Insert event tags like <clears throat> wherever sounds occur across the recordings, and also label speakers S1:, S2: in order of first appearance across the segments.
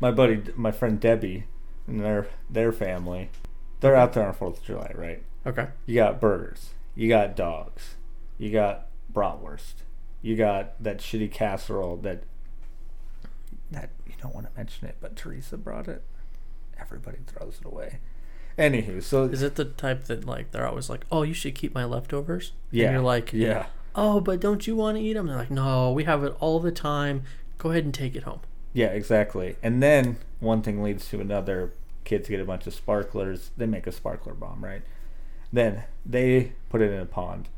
S1: my buddy, my friend Debbie, and their their family, they're out there on Fourth of July, right?
S2: Okay.
S1: You got burgers, you got dogs, you got bratwurst, you got that shitty casserole that that you don't want to mention it, but Teresa brought it. Everybody throws it away. Anywho, so
S2: Is it the type that like they're always like, "Oh, you should keep my leftovers"?
S1: yeah,
S2: And you're like,
S1: yeah,
S2: "Oh, but don't you want to eat them?" They're like, "No, we have it all the time. Go ahead and take it home."
S1: yeah, exactly. And then one thing leads to another. Kids get a bunch of sparklers. They make a sparkler bomb, right? Then they put it in a pond.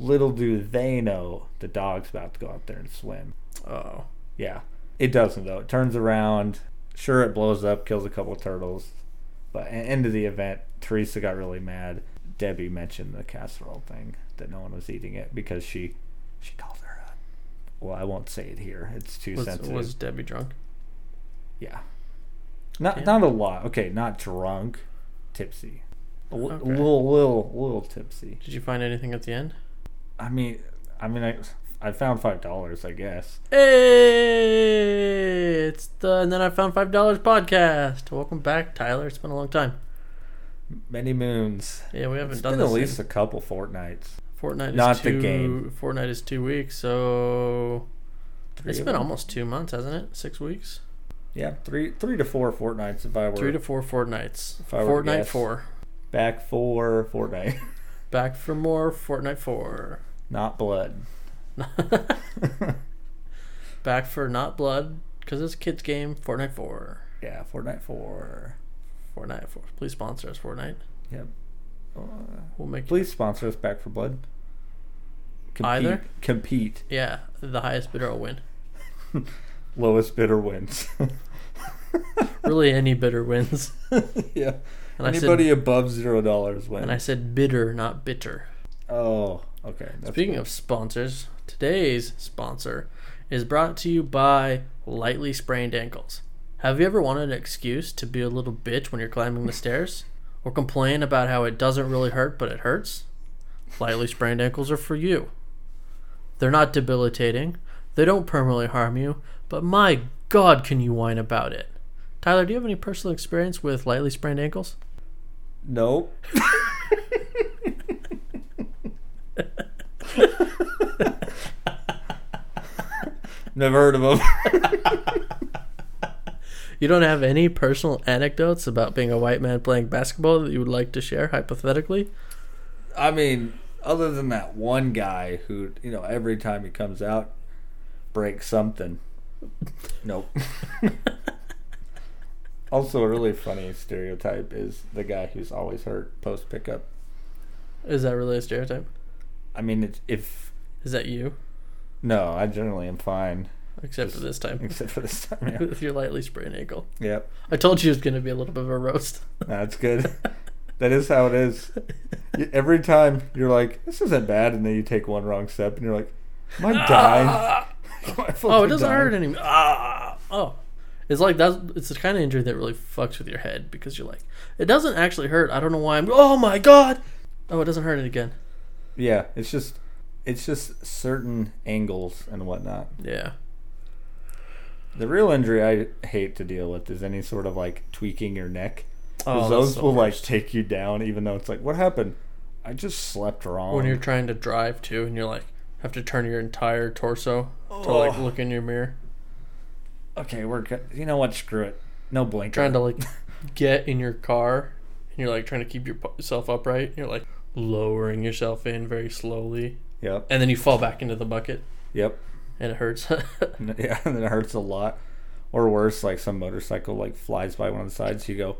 S1: Little do they know the dog's about to go out there and swim.
S2: Oh.
S1: Yeah. It doesn't though. It turns around. Sure, it blows up, kills a couple turtles, but a- end of the event, Teresa got really mad. Debbie mentioned the casserole thing that no one was eating it because she she called her. A, well, I won't say it here. It's too
S2: Was,
S1: sensitive.
S2: was Debbie drunk?
S1: yeah. Not
S2: Damn.
S1: not a lot. Okay, not drunk, tipsy, a li-
S2: Okay.
S1: little little little tipsy.
S2: Did you find anything at the end?
S1: I mean, I mean, I I found five dollars, I guess.
S2: Hey, it's the and then I found five dollars podcast. Welcome back, Tyler. It's been a long time.
S1: Many moons.
S2: Yeah, we haven't
S1: It's
S2: done
S1: been
S2: this.
S1: at least
S2: in-
S1: a couple fortnights.
S2: Fortnite is
S1: not the
S2: two,
S1: game.
S2: Fortnite is two weeks, so
S1: Three
S2: it's
S1: of
S2: been
S1: them.
S2: almost two months, hasn't it? Six weeks,
S1: Yeah, three three to four Fortnights if I were
S2: three to four Fortnites.
S1: If I were to
S2: Fortnite
S1: guess.
S2: four,
S1: back for Fortnite.
S2: back for more. Fortnite four,
S1: <laughs>
S2: <laughs>
S1: Not blood. <laughs>
S2: back for not blood because it's a kids game. Fortnite four,
S1: Yeah, Fortnite four.
S2: Fortnite four. Please sponsor us, Fortnite.
S1: Yep. Uh,
S2: We'll make
S1: please sponsor us back for blood. Compete,
S2: Either?
S1: compete.
S2: yeah the highest bidder will win.
S1: Lowest bidder wins. <laughs>
S2: Really, any bidder wins.
S1: <laughs> yeah.
S2: And I said-
S1: Anybody above zero dollars wins.
S2: And I said bitter, not bitter.
S1: oh, okay. That's
S2: Speaking of sponsors, today's sponsor is brought to you by Lightly Sprained Ankles. Have you ever wanted an excuse to be a little bitch when you're climbing the stairs? Or complain about how it doesn't really hurt, but it hurts? Lightly sprained ankles are for you. They're not debilitating, they don't permanently harm you, but my god, can you whine about it? Tyler, do you have any personal experience with lightly sprained ankles?
S1: nope.
S2: <laughs>
S1: Never heard of them.
S2: You don't have any personal anecdotes about being a white man playing basketball that you would like to share hypothetically?
S1: <laughs> I mean, other than that one guy who, you know, every time he comes out, breaks something.
S2: <laughs>
S1: Nope. also, a really funny stereotype is the guy who's always hurt post pickup.
S2: Is that really a stereotype?
S1: I mean, it's, if
S2: Is that you?
S1: no, I generally am fine, <laughs>
S2: Except for this time.
S1: except for this time. Yeah.
S2: With your lightly sprained ankle. <laughs>
S1: yep,
S2: I told you it was going to be a little bit of a roast. <laughs>
S1: that's good. That is how it is. Y- Every time you're like, this isn't bad, and then you take one wrong step, and you're like, am I dying?
S2: Ah!
S1: <laughs> Am I
S2: oh, it
S1: fucking
S2: doesn't
S1: dying?
S2: hurt anymore. Ah! Oh. It's like that's it's the kind of injury that really fucks with your head because you're like, it doesn't actually hurt. I don't know why I'm. Oh my god! Oh, it doesn't hurt it again.
S1: Yeah, it's just it's just certain angles and whatnot.
S2: Yeah.
S1: The real injury I hate to deal with is any sort of like tweaking your neck.
S2: Oh,
S1: Because
S2: that's
S1: those
S2: the
S1: will like
S2: worst.
S1: take you down, even though it's like, what happened? I just slept wrong.
S2: when you're trying to drive too, and you're like have to turn your entire torso to like
S1: Ugh.
S2: look in your mirror,
S1: okay, we're good. You know what? Screw it. No blinker.
S2: trying
S1: <laughs>
S2: to like get in your car, and you're like trying to keep yourself upright. And you're like lowering yourself in very slowly,
S1: Yep.
S2: and then you fall back into the bucket,
S1: Yep.
S2: and it hurts. <laughs>
S1: N- <laughs> Yeah, and it hurts a lot. Or worse, like some motorcycle like flies by one of the sides. You go,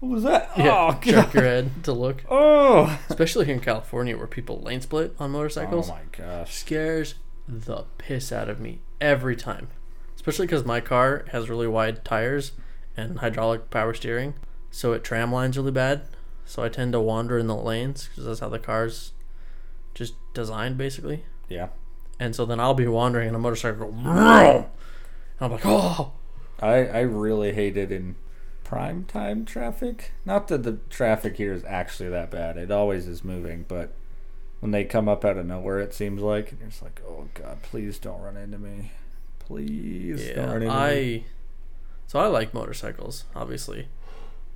S1: what was that?
S2: yeah, <laughs>
S1: oh,
S2: jerk
S1: God.
S2: your head to look,
S1: Oh.
S2: especially here in California where people lane split on
S1: oh
S2: motorcycles.
S1: my gosh.
S2: scares the piss out of me every time. Especially because my car has really wide tires and hydraulic power steering, so it tram lines really bad. So I tend to wander in the lanes because that's how the car's just designed, basically.
S1: Yeah.
S2: And so then I'll be wandering and a motorcycle. will go, "Vroom!" And I'm like, oh,
S1: I, I really hate it in prime time traffic. Not that the traffic here is actually that bad. It always is moving, but when they come up out of nowhere, it seems like, and you're just like, oh god, please don't run into me. Please don't
S2: yeah.
S1: run into me.
S2: I So I like motorcycles, obviously,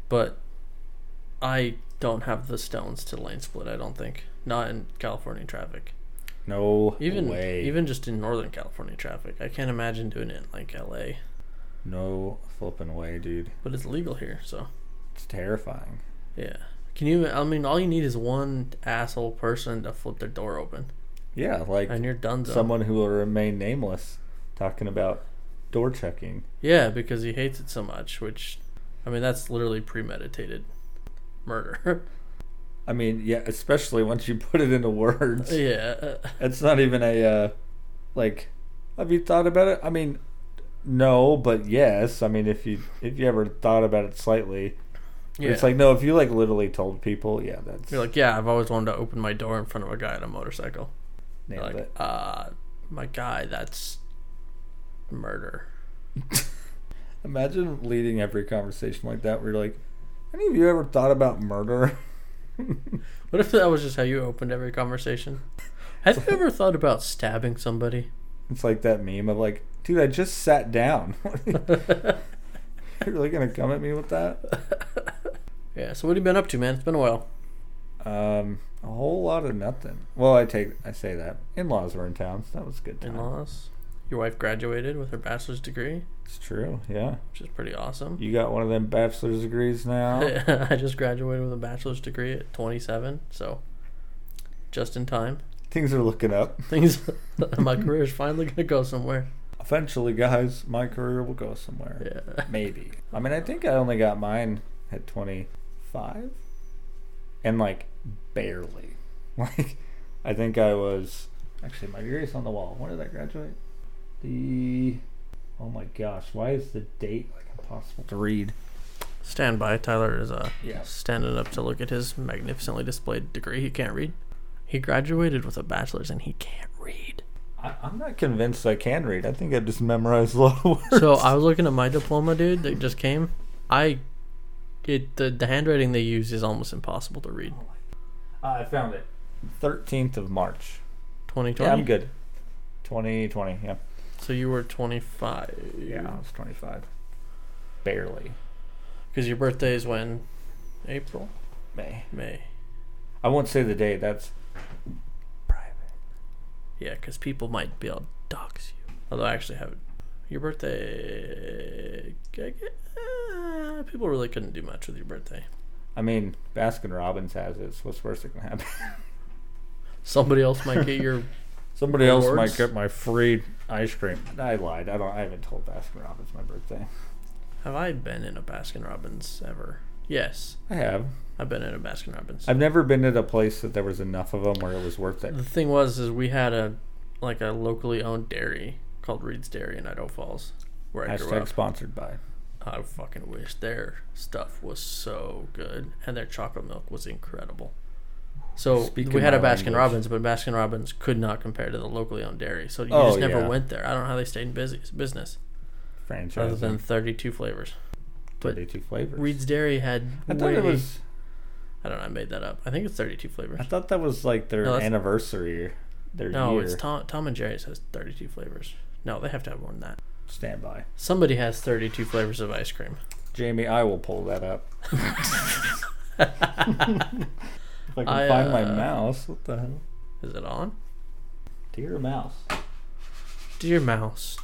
S2: but I don't have the stones to lane split. I don't think not in California traffic.
S1: No
S2: Even
S1: way.
S2: even just in Northern California traffic, I can't imagine doing it in like L.A.
S1: no flipping way, dude.
S2: But it's legal here, so
S1: It's terrifying.
S2: yeah. Can you? I mean, all you need is one asshole person to flip their door open,
S1: Yeah, like
S2: and you're done.
S1: someone who will remain nameless talking about door checking.
S2: Yeah, because he hates it so much, which I mean that's literally premeditated murder. <laughs>
S1: I mean, yeah, especially once you <laughs> put it into words.
S2: yeah. uh,
S1: It's not even a uh, like. Have you thought about it? I mean, no, but yes. I mean, if you if you ever thought about it slightly,
S2: Yeah.
S1: it's like no. If you like literally told people, yeah, that's
S2: you're like, yeah, I've always wanted to open my door in front of a guy on a motorcycle. You're
S1: nailed
S2: like,
S1: it.
S2: uh my guy, that's murder.
S1: Imagine leading every conversation like that, where you're like, any of you ever thought about murder? <laughs>
S2: What if that was just how you opened every conversation? Have you ever thought about stabbing somebody? <laughs>
S1: It's like that meme of like, dude, I just sat
S2: <laughs>
S1: down. <laughs> you're really gonna come at me with that?
S2: Yeah, so what have you been up to, man? It's been a while.
S1: Um, a whole lot of nothing. Well, I take I say that in laws were in town. So that was a good time.
S2: In laws. Your wife graduated with her bachelor's degree,
S1: It's true. Yeah,
S2: which is pretty awesome. <laughs>
S1: you got one of them bachelor's degrees now.
S2: I just graduated with a bachelor's degree at 27, so just in time.
S1: Things are looking up.
S2: Things, <laughs> my career is finally gonna go somewhere.
S1: Eventually, guys, my career will go somewhere.
S2: Yeah, <laughs>
S1: Maybe. I mean, I think I only got mine at 25, and like barely. <laughs> Like, I think I was actually my degree's on the wall. When did I graduate? The oh my gosh, why is the date like impossible to read?
S2: stand by. Tyler is uh
S1: Yeah.
S2: standing up to look at his magnificently displayed degree. He can't read. He graduated with a bachelor's and he can't
S1: <laughs>
S2: read.
S1: I, I'm not convinced I can read. I think I just memorized a lot of <laughs> words.
S2: So I was looking at my diploma, dude, that just came. I, it the, the handwriting they use is almost impossible to read.
S1: I found it. 13th of March.
S2: 2020.
S1: Yeah, I'm good. 2020, yeah.
S2: So you were 25.
S1: Yeah, I was 25. Barely.
S2: Because your birthday is when? April?
S1: May.
S2: May.
S1: I won't say the date. That's private.
S2: Yeah, because people might be able to dox you. Although I actually have your birthday. I gue- uh, People really couldn't do much with your birthday.
S1: I mean, Baskin Robbins has it. So what's worse that can happen? <laughs>
S2: Somebody else might get your.
S1: Somebody else might
S2: Awards?
S1: get my free ice cream. I lied. I don't. I haven't told Baskin Robbins my birthday.
S2: Have I been in a Baskin Robbins ever? Yes,
S1: I have.
S2: I've been in a Baskin Robbins.
S1: I've never been at a place that there was enough of them where it was worth it.
S2: The thing was, is we had a like a locally owned dairy called Reed's Dairy in Idaho Falls, where I grew
S1: Hashtag
S2: up.
S1: sponsored by.
S2: I fucking wish their stuff was so good and their chocolate milk was incredible. So
S1: Speaking
S2: we had a
S1: my
S2: Baskin
S1: language.
S2: Robbins, but Baskin Robbins could not compare to the locally owned dairy. So you
S1: Oh,
S2: just never
S1: yeah.
S2: went there. I don't know how they stayed in business, business other
S1: Franchise.
S2: than 32 flavors. but
S1: 32 flavors.
S2: Reed's Dairy had
S1: I thought it
S2: way-
S1: was.
S2: I don't know. I made that up. I think it's 32 flavors.
S1: I thought that was like their
S2: No, that's-
S1: anniversary. Their
S2: No,
S1: year.
S2: it's Tom, Tom and Jerry's has 32 flavors. No, they have to have more than that.
S1: Standby.
S2: Somebody has 32 flavors of ice
S1: <laughs>
S2: cream.
S1: Jamie, I will pull that up. if I can
S2: I,
S1: find my
S2: uh,
S1: mouse, what the hell?
S2: Is it on?
S1: Dear mouse.
S2: Dear Mouse,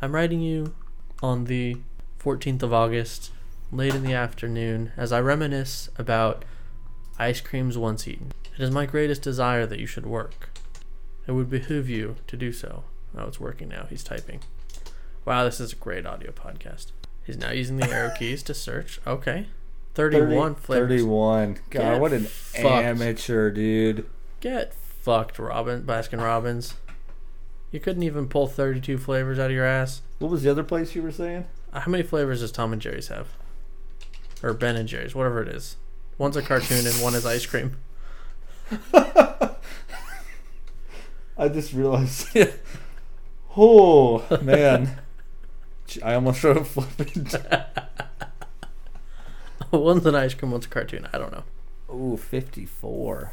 S2: I'm writing you on the 14th of August, late in the afternoon, as I reminisce about ice creams once eaten. It is my greatest desire that you should work. It would behoove you to do so. Oh, it's working now. He's typing. Wow, this is a great audio podcast. He's now using the arrow keys to search. Okay. 31 flavors.
S1: 31. God,
S2: Get
S1: what an
S2: fucked.
S1: amateur, dude.
S2: Get fucked, Robin. Baskin Robbins. You couldn't even pull 32 flavors out of your ass.
S1: What was the other place you were saying?
S2: Uh, How many flavors does Tom and Jerry's have? Or Ben and Jerry's, whatever it is. One's a cartoon and one is ice cream. <laughs>
S1: I just realized. <laughs> oh, man. Gee, I almost wrote a flipping.
S2: one's an ice cream, one's a cartoon. I don't know.
S1: Ooh, 54.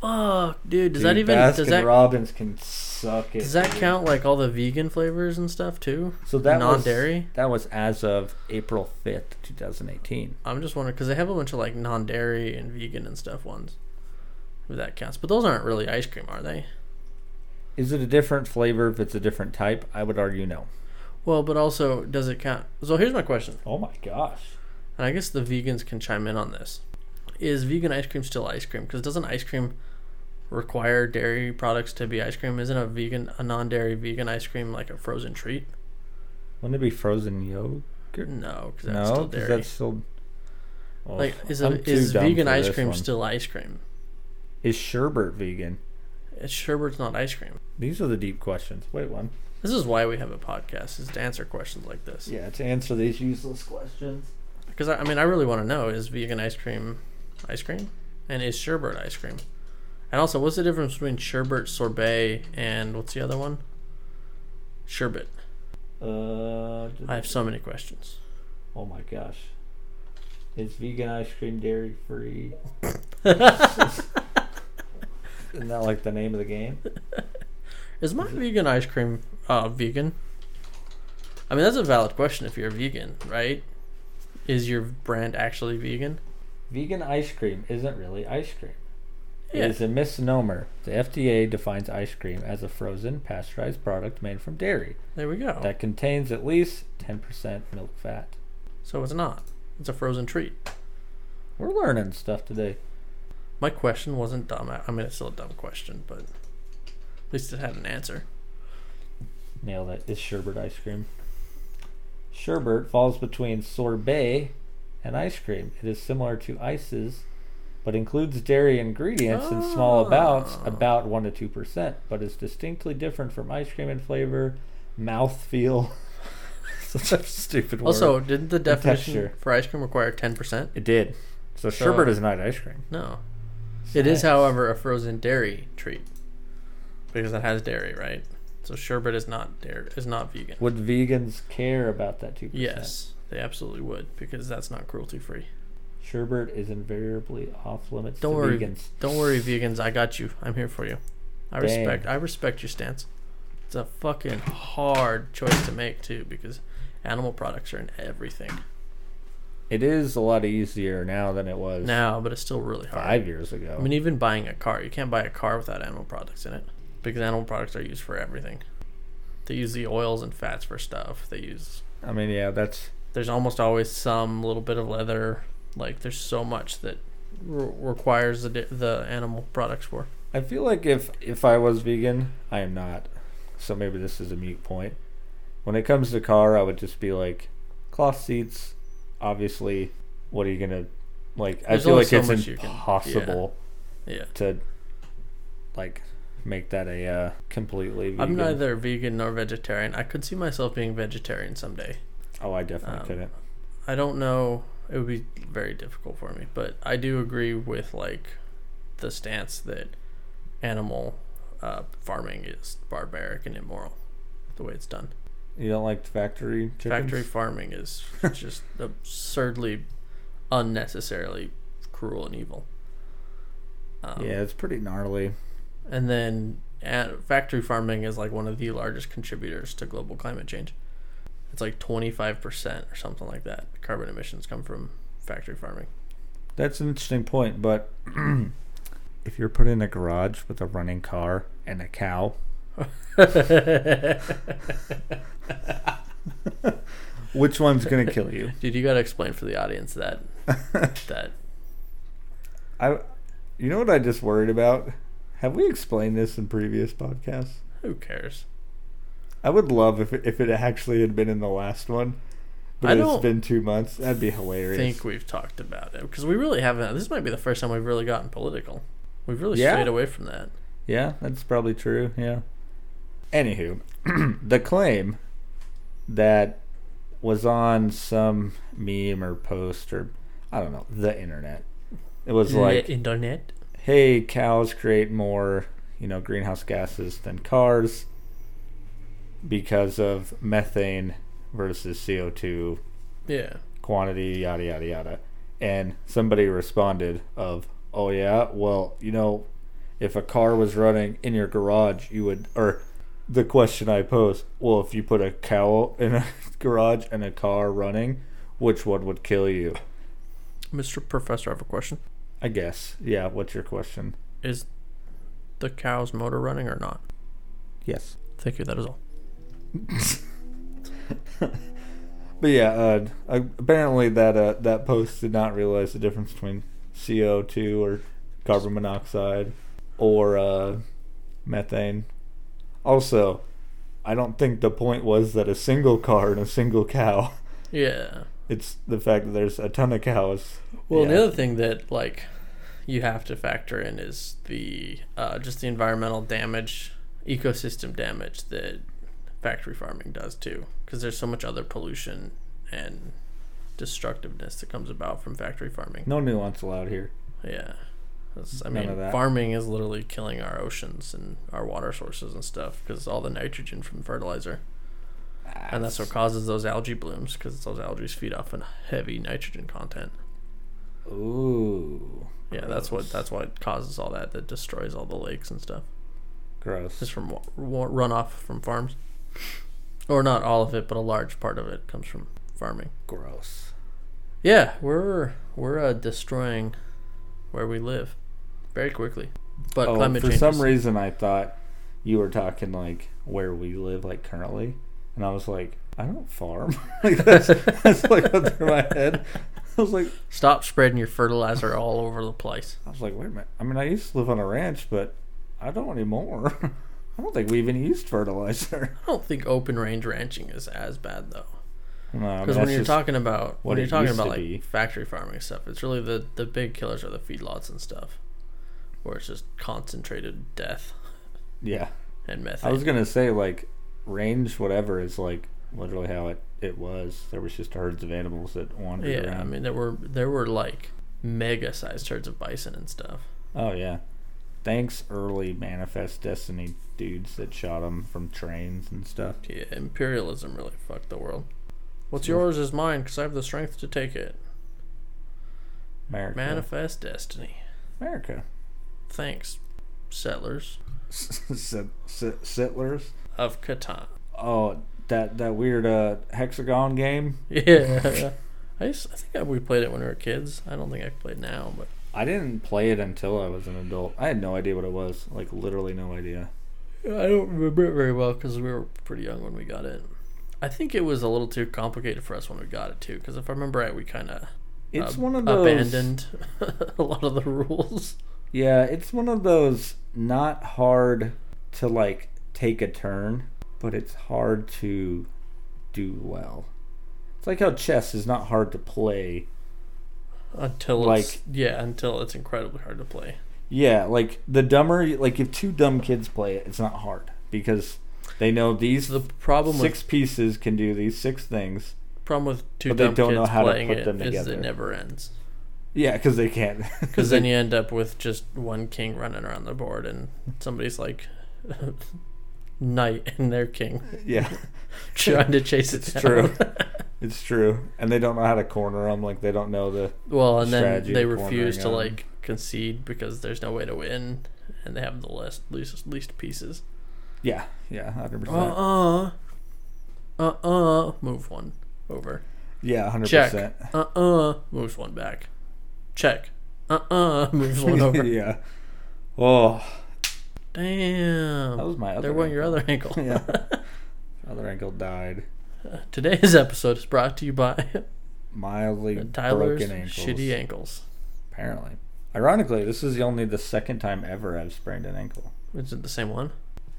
S2: Fuck, dude. Does that
S1: Dude,
S2: even
S1: Baskin
S2: does that
S1: Robbins can suck it.
S2: Does that
S1: dude.
S2: count like all the vegan flavors and stuff too?
S1: So that was-
S2: non-dairy?
S1: That was as of April fifth, two thousand eighteen.
S2: I'm just wondering because they have a bunch of like non-dairy and vegan and stuff ones. If that counts, but those aren't really ice cream, are they?
S1: Is it a different flavor if it's a different type? I would argue no.
S2: Well, but also does it count? So here's my question,
S1: Oh my gosh.
S2: and I guess the vegans can chime in on this: Is vegan ice cream still ice cream? Because doesn't ice cream require dairy products to be ice cream? Isn't a vegan a non-dairy vegan ice cream like a frozen treat?
S1: Wouldn't it be frozen yogurt?
S2: No, because that's
S1: No,
S2: still
S1: 'cause
S2: dairy.
S1: that's still. Oh,
S2: like, is,
S1: I'm
S2: a,
S1: too
S2: is
S1: dumb
S2: vegan
S1: for
S2: ice
S1: this
S2: cream
S1: one.
S2: still ice cream?
S1: Is sherbet vegan?
S2: It's sherbet's not ice cream.
S1: These are the deep questions. Wait one.
S2: This is why we have a podcast is to answer questions like this.
S1: Yeah, to answer these useless questions.
S2: Because I, I mean, I really want to know: is vegan ice cream ice cream, and is sherbet ice cream? And also, what's the difference between sherbet sorbet and what's the other one? Sherbet.
S1: Uh,
S2: I have so many questions.
S1: oh my gosh. Is vegan ice cream dairy free?
S2: <laughs>
S1: Isn't that like the name of the game?
S2: Is my vegan ice cream uh, vegan? I mean, that's a valid question if you're a vegan, right? Is your brand actually vegan?
S1: Vegan ice cream isn't really ice cream.
S2: Yeah.
S1: It is a misnomer. The FDA defines ice cream as a frozen, pasteurized product made from dairy
S2: There we go.
S1: that contains at least 10% milk fat.
S2: So it's not. It's a frozen treat.
S1: We're learning stuff today.
S2: My question wasn't dumb. I I mean, it's still a dumb question, but at least it had an answer.
S1: Nailed it. It's sherbet ice cream. Sherbet falls between sorbet and ice cream. It is similar to ices, but includes dairy ingredients in small amounts,
S2: Oh.
S1: about 1 to 2%, but is distinctly different from ice cream in flavor, mouthfeel. <laughs> Such a stupid word.
S2: Also, didn't the definition
S1: texture.
S2: for ice cream require 10%?
S1: it did. So,
S2: So-
S1: sherbet is not ice cream.
S2: No. It is,
S1: Nice.
S2: however, a frozen dairy treat because it has dairy, right? So sherbet is not dairy, is not vegan.
S1: Would vegans care about that 2%?
S2: Yes, they absolutely would because that's not cruelty free.
S1: Sherbet is invariably off limits
S2: Don't
S1: to
S2: worry,
S1: vegans.
S2: don't worry, vegans. I got you. I'm here for you. I
S1: Dang.
S2: respect. I respect your stance. It's a fucking hard choice to make too because animal products are in everything
S1: It is a lot easier now than it was
S2: now, but it's still really hard.
S1: five years ago.
S2: I mean, even buying a car, you can't buy a car without animal products in it because animal products are used for everything. They use the oils and fats for stuff. They use
S1: I mean, yeah, that's
S2: there's almost always some little bit of leather. Like there's so much that re- requires the di- the animal products for.
S1: I feel like if if I was vegan, I am not. So maybe this is a mute point. When it comes to car, I would just be like cloth seats. Obviously, what are you gonna like? I
S2: There's
S1: feel
S2: only
S1: like
S2: so much
S1: it's
S2: you can-
S1: impossible
S2: Yeah.
S1: to like make that a uh, completely. Vegan.
S2: I'm neither vegan nor vegetarian. I could see myself being vegetarian someday.
S1: Oh, I definitely
S2: um,
S1: couldn't.
S2: I don't know. It would be very difficult for me, but I do agree with like the stance that animal uh, farming is barbaric and immoral, the way it's done.
S1: You don't like factory chickens?
S2: Factory farming is just absurdly, unnecessarily cruel and evil. Um,
S1: Yeah, it's pretty gnarly.
S2: And then at, factory farming is like one of the largest contributors to global climate change. It's like 25% or something like that. Carbon emissions come from factory farming.
S1: That's an interesting point, but <clears throat> if you're put in a garage with a running car and a cow,
S2: <laughs>
S1: which one's gonna kill you? <laughs>
S2: Dude, you gotta explain for the audience that that
S1: I, you know what I just worried about? Have we explained this in previous podcasts?
S2: who cares?
S1: I would love if it, if it actually had been in the last one, but
S2: I
S1: it's
S2: don't
S1: been two months. That'd be hilarious.
S2: think we've talked about it because we really haven't. This might be the first time we've really gotten political. We've really
S1: Yeah.
S2: strayed away from that.
S1: Yeah, that's probably true. Yeah. Anywho, <clears throat> the claim that was on some meme or post or I don't know the internet. It was like,
S2: internet.
S1: hey, cows create more, you know, greenhouse gases than cars because of methane versus CO2
S2: Yeah.
S1: quantity, yada yada yada. And somebody responded of, "Oh yeah, well, you know, if a car was running in your garage, you would or the question I posed. Well, if you put a cow in a <laughs> garage and a car running, which one would kill you?
S2: Mr. Professor, I have a question.
S1: I guess. Yeah. What's your question?
S2: Is the cow's motor running or not?
S1: Yes.
S2: Thank you. That is all.
S1: But yeah, uh, apparently that uh, that post did not realize the difference between CO two or carbon monoxide or uh, methane. Also, I don't think the point was that a single car and a single cow. <laughs>
S2: Yeah.
S1: It's the fact that there's a ton of cows.
S2: Well,
S1: Yeah.
S2: the other thing that like you have to factor in is the uh, just the environmental damage, ecosystem damage that factory farming does too, because there's so much other pollution and destructiveness that comes about from factory farming.
S1: no nuance allowed here.
S2: Yeah. That's- I
S1: None of
S2: mean,
S1: that.
S2: farming is literally killing our oceans and our water sources and stuff because all the nitrogen from fertilizer. And that's what causes those algae blooms because those algae feed off a heavy nitrogen content.
S1: Ooh,
S2: Yeah, that's what
S1: Gross.
S2: that's what causes all that that destroys all the lakes and stuff.
S1: gross.
S2: Just from wa- wa- runoff from farms, or not all of it, but a large part of it comes from farming.
S1: Gross.
S2: Yeah, we're we're uh, destroying where we live very quickly. But
S1: oh,
S2: climate
S1: for
S2: change.
S1: some
S2: is-
S1: reason I thought you were talking like where we live, like currently, and I was like, I don't farm. <laughs> like that's, that's like went through my head. I was like,
S2: Stop spreading your fertilizer all over the place.
S1: I was like, wait a minute. I mean, I used to live on a ranch, but I don't anymore. <laughs> I don't think we even used fertilizer. <laughs>
S2: I don't think open range ranching is as bad though.
S1: No, I mean,
S2: Because
S1: that's
S2: when you're
S1: just-
S2: talking about
S1: what
S2: when you're
S1: it
S2: talking
S1: used
S2: about
S1: to
S2: like
S1: be.
S2: factory farming stuff, it's really the the big killers are the feedlots and stuff, where it's just concentrated death
S1: yeah,
S2: and
S1: I
S2: methane.
S1: was gonna say like range whatever is like literally how it it was. There was just herds of animals that wandered
S2: yeah,
S1: around.
S2: I mean there were there were like mega sized herds of bison and stuff.
S1: Oh yeah. Thanks early manifest destiny dudes that shot them from trains and stuff.
S2: Yeah, imperialism really fucked the world. What's yours is mine because I have the strength to take it.
S1: America.
S2: Manifest destiny.
S1: America.
S2: <laughs> Thanks, settlers
S1: Sit- sit- Settlers. <laughs>
S2: of Catan. <laughs>
S1: Oh, that that weird uh, hexagon game.
S2: Yeah. I, used, I think we played it when we were kids. I don't think I played now, but
S1: I didn't play it until I was an adult. I had no idea what it was. Like literally no idea.
S2: I don't remember it very well because we were pretty young when we got it. I think it was a little too complicated for us when we got it too, because if I remember right, we kind of
S1: It's one of those
S2: abandoned <laughs> a lot of the rules.
S1: Yeah, it's one of those not hard to like take a turn, but it's hard to do well. It's like how chess is not hard to play.
S2: Until it's,
S1: Like-
S2: yeah, until it's incredibly hard to play.
S1: Yeah, like the dumber, like if two dumb kids play it, it's not hard because they know these
S2: The problem
S1: six pieces can do these six things.
S2: with problem with two
S1: but they
S2: dumb
S1: don't know
S2: kids
S1: how to
S2: playing
S1: put
S2: it
S1: them
S2: is it
S1: together.
S2: never ends.
S1: Yeah, because they can't. <laughs>
S2: Because then you end up with just one king running around the board, and somebody's like <laughs> knight and their king
S1: yeah,
S2: <laughs> trying to chase it.
S1: it's
S2: down. <laughs>
S1: true. It's true, and they don't know how to corner them. Like they don't know the
S2: Well, and then
S1: strategy
S2: they
S1: of
S2: refuse to
S1: cornering 'em.
S2: like concede because there's no way to win, and they have the least least, least pieces.
S1: yeah, yeah, hundred
S2: Uh
S1: percent.
S2: uh-uh. uh. Move one over.
S1: Yeah, hundred
S2: Check.
S1: percent.
S2: Uh uh. Moves one back. Check. Uh uh. <laughs> Moves one over.
S1: <laughs> yeah. Oh,
S2: Damn.
S1: that was my other.
S2: there went your
S1: ankle.
S2: other
S1: <laughs>
S2: ankle.
S1: yeah. Other ankle died.
S2: <laughs> Today's episode is brought to you by
S1: Mildly
S2: Tyler's
S1: broken ankles.
S2: shitty ankles.
S1: Apparently. Ironically, this is only the second time ever I've sprained an ankle.
S2: Is it the same one?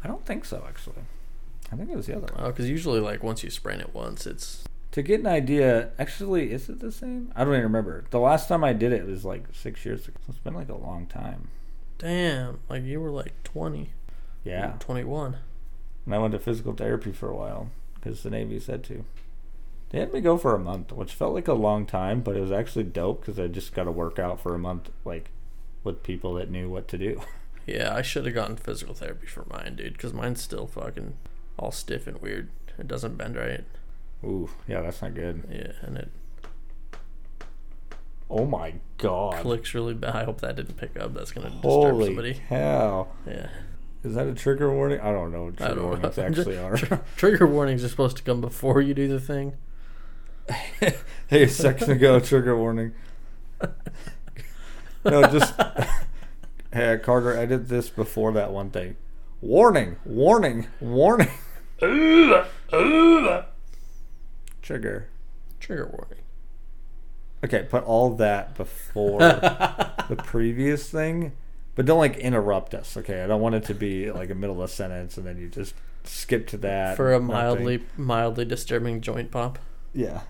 S1: I don't think so, actually. I think it was the other one.
S2: Oh, because usually, like, once you sprain it once, it's
S1: To get an idea, actually, is it the same? I don't even remember. The last time I did it was like six years ago. So it's been like a long time.
S2: damn. Like, you were like 20,
S1: Yeah.
S2: 21.
S1: And I went to physical therapy for a while because the Navy said to. They had me go for a month, which felt like a long time, but it was actually dope because I just got to work out for a month, like with people that knew what to do. <laughs>
S2: Yeah, I should have gotten physical therapy for mine, dude, because mine's still fucking all stiff and weird. It doesn't bend right.
S1: Ooh, yeah, that's not good.
S2: Yeah, and it
S1: Oh my god!
S2: clicks really bad. I hope that didn't pick up. That's gonna disturb
S1: Holy
S2: somebody.
S1: hell!
S2: Yeah,
S1: Is that a trigger warning? I don't know what
S2: I
S1: trigger
S2: <laughs> don't know.
S1: warnings actually are.
S2: <laughs> Trigger warnings are supposed to come before you do the thing.
S1: <laughs> hey, a second ago, trigger
S2: <laughs>
S1: warning. no, just hey Carter, I did this before that one thing. Warning, warning, warning. Trigger. <laughs>
S2: Trigger warning.
S1: Okay, put all that
S2: <laughs>
S1: before the previous thing, but don't like interrupt us. Okay, I don't want it to be like a middle of sentence and then you just skip to that
S2: For a
S1: nothing.
S2: mildly mildly disturbing joint pop.
S1: yeah,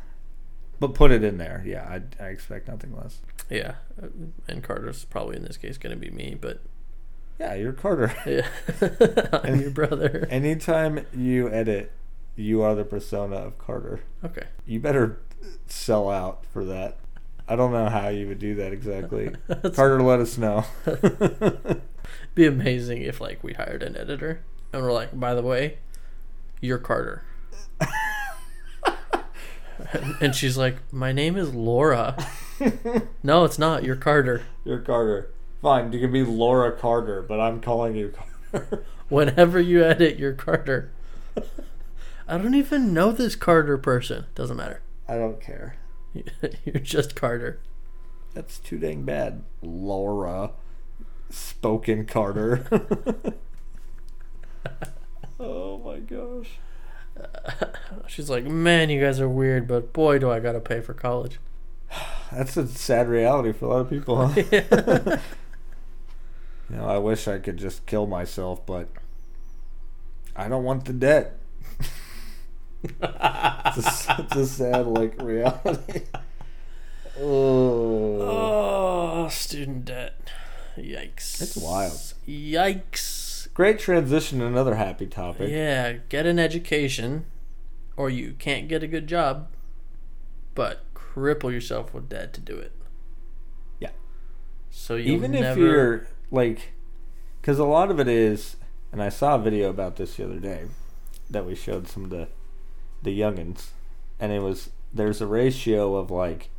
S1: but put it in there. Yeah, I, I expect nothing less.
S2: Yeah. uh, And Carter's probably in this case going to be me, but
S1: Yeah, you're Carter.
S2: yeah. <laughs> I'm your brother.
S1: Anytime you edit, you are the persona of Carter.
S2: Okay.
S1: You better sell out for that. I don't know how you would do that exactly.
S2: That's-
S1: Carter, let us know. <laughs>
S2: <laughs> be amazing if like we hired an editor and we're like, by the way, you're Carter. <laughs> and she's like, my name is Laura. no, it's not. You're Carter.
S1: You're Carter. Fine, you can be Laura Carter, but I'm calling you Carter. <laughs>
S2: Whenever you edit, you're Carter. <laughs> I don't even know this Carter person. Doesn't matter. <laughs>
S1: I don't care.
S2: You're just Carter.
S1: That's too dang bad. Laura. Spoken Carter. <laughs> oh my gosh.
S2: She's like, man, you guys are weird, but boy, do I gotta pay for college. <laughs>
S1: That's a sad reality for a lot of people,
S2: <laughs>
S1: huh? You know, I wish I could just kill myself, but I don't want the debt. it's, a, s- it's a sad, like, reality. oh.
S2: oh, student debt. Yikes.
S1: It's wild.
S2: Yikes.
S1: Great transition to another happy topic.
S2: Yeah, get an education, or you can't get a good job, but cripple yourself with debt to do it.
S1: Yeah.
S2: So you
S1: Even
S2: never...
S1: if you're, like, because a lot of it is, and I saw a video about this the other day that we showed some of the, the youngins, and it was, there's a ratio of, like,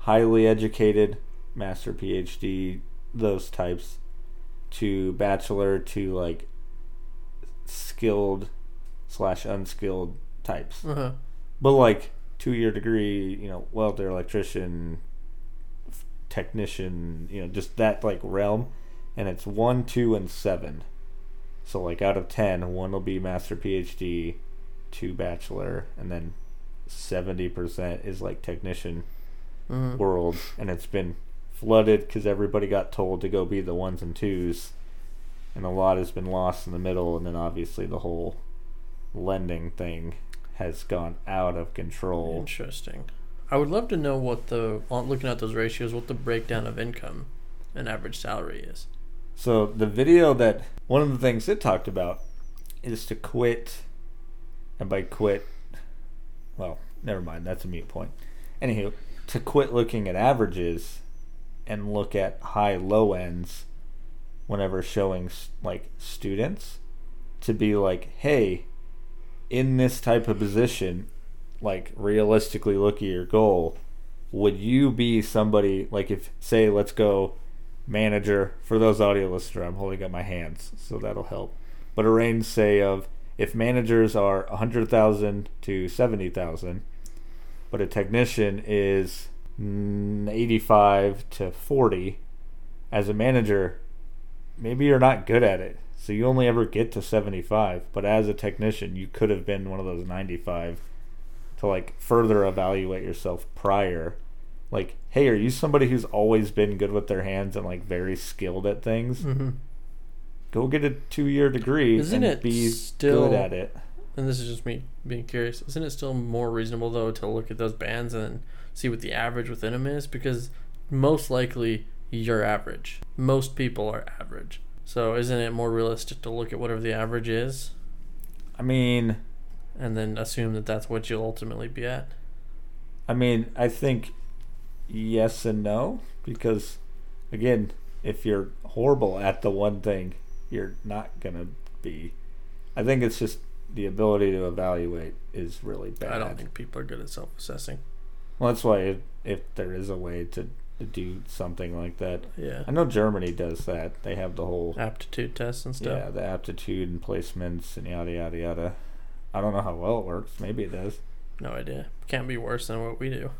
S1: highly educated, master, PhD, those types, to bachelor to like skilled slash unskilled types.
S2: Uh-huh.
S1: But like two year degree, you know, welder, electrician, f- technician, you know, just that like realm. And it's one, two, and seven. So like out of ten, one will be master, PhD, two bachelor, and then seventy percent is like technician
S2: Mhm.
S1: world, and it's been flooded because everybody got told to go be the ones and twos, and a lot has been lost in the middle, and then obviously the whole lending thing has gone out of control.
S2: Interesting. I would love to know what the on looking at those ratios, what the breakdown of income and average salary is.
S1: So the video that one of the things it talked about is to quit, and by quit, well, never mind. That's a mute point. Anywho, to quit looking at averages and look at high low ends whenever showing s- like students to be like, hey, in this type of position, like realistically look at your goal. Would you be somebody like if say let's go manager for those audio listener i'm holding up my hands so that'll help but a range say of if managers are 100000 to 70000 but a technician is mm, 85 to 40 as a manager maybe you're not good at it so you only ever get to 75 but as a technician you could have been one of those 95 to like further evaluate yourself prior like hey are you somebody who's always been good with their hands and like very skilled at things
S2: Mm-hmm.
S1: go get a two-year degree
S2: Isn't
S1: and
S2: it
S1: be
S2: still-
S1: good at it
S2: And this is just me being curious. Isn't it still more reasonable though to look at those bands and see what the average within them is? Because most likely you're average. Most people are average. So isn't it more realistic to look at whatever the average is
S1: i mean
S2: and then assume that that's what you'll ultimately be at?
S1: i mean i think yes and no because again if you're horrible at the one thing you're not gonna be i think it's just the ability to evaluate is really bad
S2: I don't think people are good at self-assessing.
S1: well that's why if, if there is a way to to do something like that.
S2: Yeah.
S1: I know Germany does that. They have the whole
S2: Aptitude tests and stuff.
S1: yeah, the aptitude and placements and yada yada yada. I don't know how well it works. Maybe it does.
S2: No idea. Can't be worse than what we do.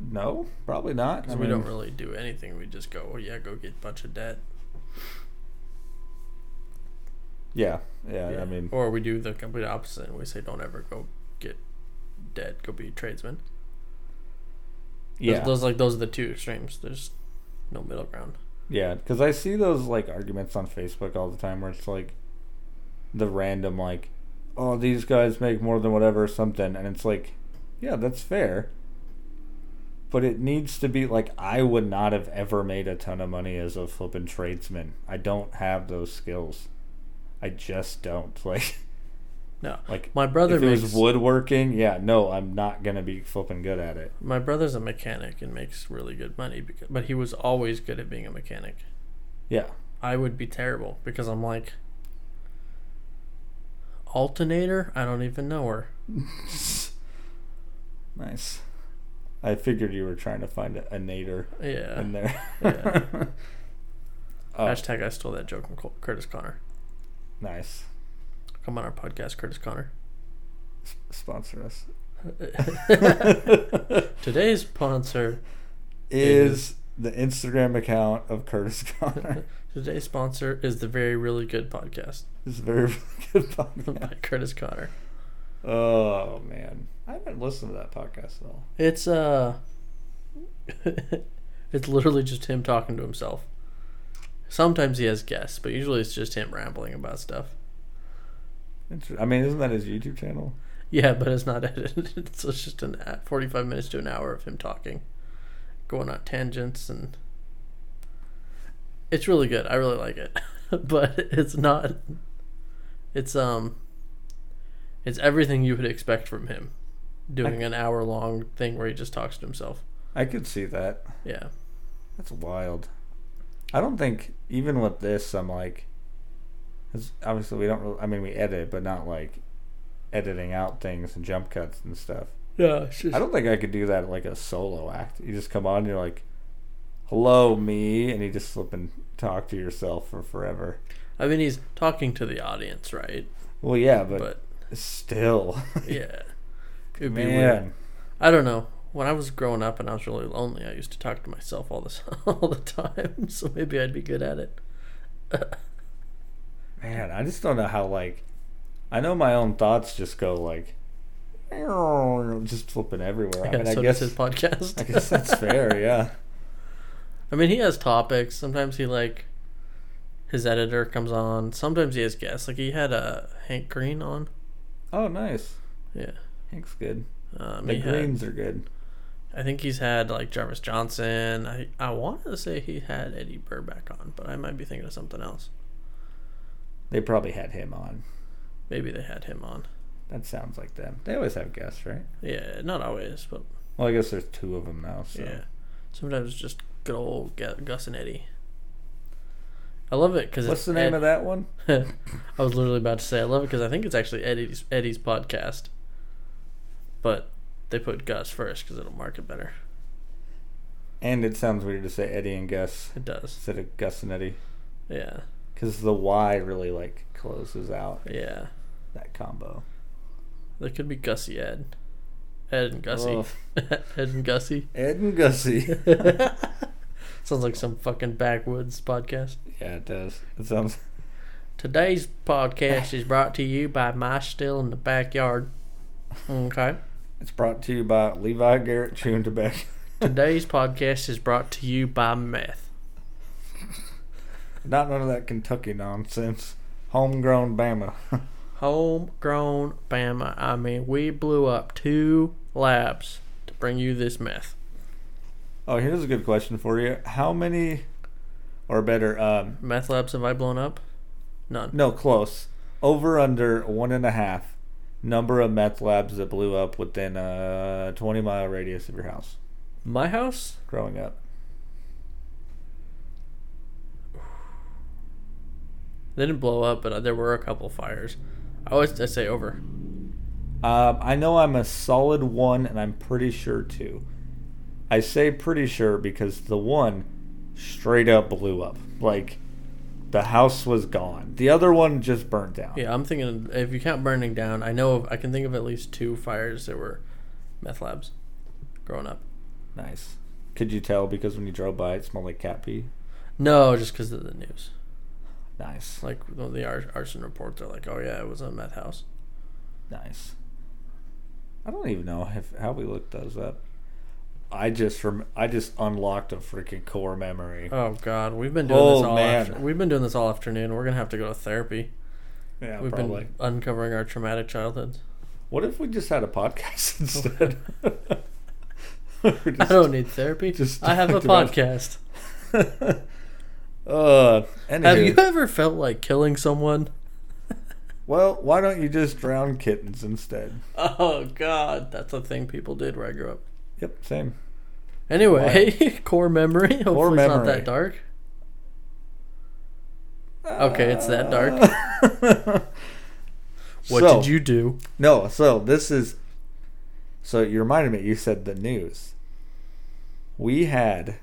S1: No, probably not. I
S2: Because we don't
S1: mean,
S2: really do anything. We just go, oh, yeah, go get a bunch of debt.
S1: Yeah, yeah,
S2: Yeah.
S1: I mean,
S2: or we do the complete opposite and we say, don't ever go get debt. Go be a tradesman. Those-
S1: yeah,
S2: Those, like those are the two extremes. There's no middle ground.
S1: yeah. Because I see those like arguments on Facebook all the time where it's like the random like, oh, these guys make more than whatever or something, and it's like, yeah, that's fair. But it needs to be like I would not have ever made a ton of money as a flippin' tradesman. I don't have those skills. I just don't <laughs> like.
S2: No.
S1: Like
S2: My brother
S1: if it
S2: makes
S1: was woodworking, yeah, no, I'm not gonna be flipping good at it.
S2: my brother's a mechanic and makes really good money because, but he was always good at being a mechanic.
S1: Yeah, <laughs>
S2: I would be terrible because I'm like alternator. I don't even know her.
S1: nice. I figured you were trying to find a, a nader
S2: Yeah.
S1: in there.
S2: Yeah. <laughs>
S1: oh,
S2: Hashtag I stole that joke from Col- Curtis Connor.
S1: nice.
S2: Come on our podcast, Curtis
S1: <laughs>
S2: Connor. <laughs>
S1: S- sponsor us.
S2: Today's sponsor.
S1: <laughs>
S2: <laughs>
S1: Is the Instagram account of Curtis
S2: <laughs>
S1: Connor.
S2: Today's sponsor is the very really good podcast
S1: It's a very good podcast.
S2: <laughs> by Curtis Connor.
S1: Oh man, I haven't listened to that podcast at all.
S2: It's uh <laughs> it's literally just him talking to himself. Sometimes he has guests, but usually it's just him rambling about stuff.
S1: Inter- I mean, isn't that his YouTube channel?
S2: Yeah, but it's not edited. <laughs> so it's just an a- 45 minutes to an hour of him talking, going on tangents and it's really good. I really like it. <laughs> but it's not it's um it's everything you would expect from him doing an hour long thing where he just talks to himself.
S1: I could see that.
S2: Yeah.
S1: That's wild. I don't think even with this, I'm like, 'cause obviously we don't. Really, I mean, we edit, but not like editing out things and jump cuts and stuff.
S2: Yeah, it's just
S1: I don't think I could do that like a solo act. You just come on, and you're like, "Hello, me," and you just flip and talk to yourself for forever.
S2: I mean, he's talking to the audience, right?
S1: Well, yeah, but,
S2: But
S1: still, <laughs>
S2: yeah, it would be weird.
S1: man,
S2: I don't know. When I was growing up and I was really lonely, I used to talk to myself all the <laughs> all the time. <laughs> So maybe I'd be good at it.
S1: man, I just don't know how. Like, I know my own thoughts just go like, <laughs> just flipping everywhere. I
S2: Yeah,
S1: mean,
S2: so
S1: I
S2: does
S1: guess
S2: his podcast.
S1: I guess
S2: <laughs>
S1: that's fair. <laughs> Yeah.
S2: I mean, he has topics. Sometimes he like his editor comes on. Sometimes he has guests. Like he had uh, Hank Green on.
S1: Oh, nice.
S2: Yeah.
S1: Hank's good.
S2: Um,
S1: The
S2: he had-
S1: greens are good.
S2: I think he's had like Jarvis Johnson. I I wanted to say he had Eddie Burback on, but I might be thinking of something else.
S1: They probably had him on.
S2: Maybe they had him on.
S1: That sounds like them. They always have guests, right?
S2: Yeah, not always, but
S1: Well, I guess there's two of them now. So.
S2: yeah. Sometimes it's just good old Gu- Gus and Eddie. I love it because
S1: What's the name of that one?
S2: that? <laughs> I was literally about to say I love it because I think it's actually Eddie's Eddie's podcast, but they put Gus first because it'll market better.
S1: And it sounds weird to say Eddie and Gus
S2: It does.
S1: instead of Gus and Eddie,
S2: Yeah,
S1: because the Y really like closes out
S2: yeah.
S1: that combo.
S2: There could be Gussie Ed, Ed and Gussie,
S1: Ugh.
S2: <laughs> Ed and Gussie.
S1: <laughs> Ed and Gussie.
S2: Sounds like some fucking backwoods podcast.
S1: yeah, it does. It sounds.
S2: Today's
S1: <laughs>
S2: podcast is brought to you by My Still in the Backyard. Okay.
S1: It's brought to you by Levi Garrett Chewing Tobacco.
S2: Today's podcast is brought to you by meth.
S1: <laughs> Not none of that Kentucky nonsense. Homegrown Bama. <laughs>
S2: Homegrown Bama. I mean, we blew up two labs to bring you this meth.
S1: Oh, here's a good question for you. How many, or better, um,
S2: Meth labs have I blown up? None.
S1: no, close, over under one and a half number of meth labs that blew up within a 20 mile radius of your house
S2: My house?
S1: growing up?
S2: They didn't blow up, but there were a couple fires. I always I say over.
S1: Um, I know I'm a solid one, and I'm pretty sure two. I say pretty sure because the one straight up blew up. Like the house was gone. The other one just burnt down.
S2: Yeah, I'm thinking if you count burning down, I know of, I can think of at least two fires that were meth labs growing up.
S1: Nice. Could you tell because when you drove by it smelled like cat pee?
S2: No, just because of the news.
S1: Nice.
S2: Like the- the ar- arson report, they're like, oh yeah, it was a meth house.
S1: Nice. I don't even know if, how we looked those up. I just rem- I just unlocked a freaking core memory.
S2: Oh god, we've been doing this
S1: Oh,
S2: all
S1: man.
S2: after- we've been doing this all afternoon. We're gonna have to go to therapy.
S1: yeah,
S2: we've
S1: probably.
S2: been uncovering our traumatic childhoods.
S1: What if we just had a podcast instead?
S2: <laughs>
S1: <laughs>
S2: I don't need <laughs> therapy.
S1: just
S2: I have a
S1: talked about-
S2: podcast.
S1: <laughs> uh,
S2: Have
S1: anywho,
S2: you ever felt like killing someone?
S1: well, why don't you just drown kittens instead?
S2: Oh god, that's a thing people did where I grew up.
S1: Yep, same. <laughs>
S2: Anyway, <laughs> core memory. Hopefully
S1: Core
S2: it's not
S1: memory.
S2: that dark. Okay, it's that dark. What
S1: So-
S2: did you do?
S1: No, so this is. So you reminded me. You said the news. We had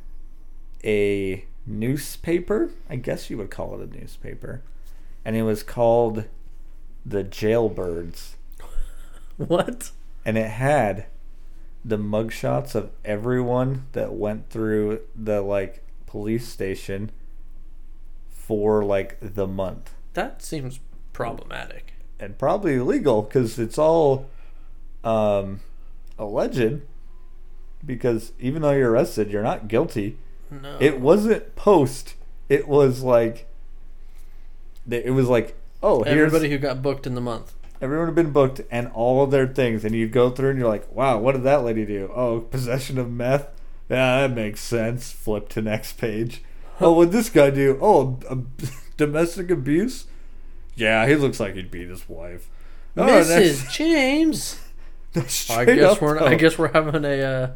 S1: a newspaper. I guess you would call it a newspaper, and it was called the Jailbirds,
S2: What?
S1: and it had the mugshots of everyone that went through the like police station for like the month
S2: That seems problematic.
S1: and probably illegal because it's all um, alleged. Because even though you're arrested, you're not guilty.
S2: No.
S1: It wasn't post. It was like th- it was like oh here's
S2: Everybody who got booked in the month.
S1: everyone had been booked and all of their things, and you go through and you're like wow what did that lady do? Oh possession of meth. Yeah, that makes sense. Flip to next
S2: <laughs>
S1: page. Oh, what this guy do? Oh, ab- <laughs> domestic abuse. Yeah, he looks like he'd beat his wife. Oh, next- <laughs>
S2: Mrs. James. I
S1: Straight
S2: guess
S1: up,
S2: we're
S1: though.
S2: I guess we're having a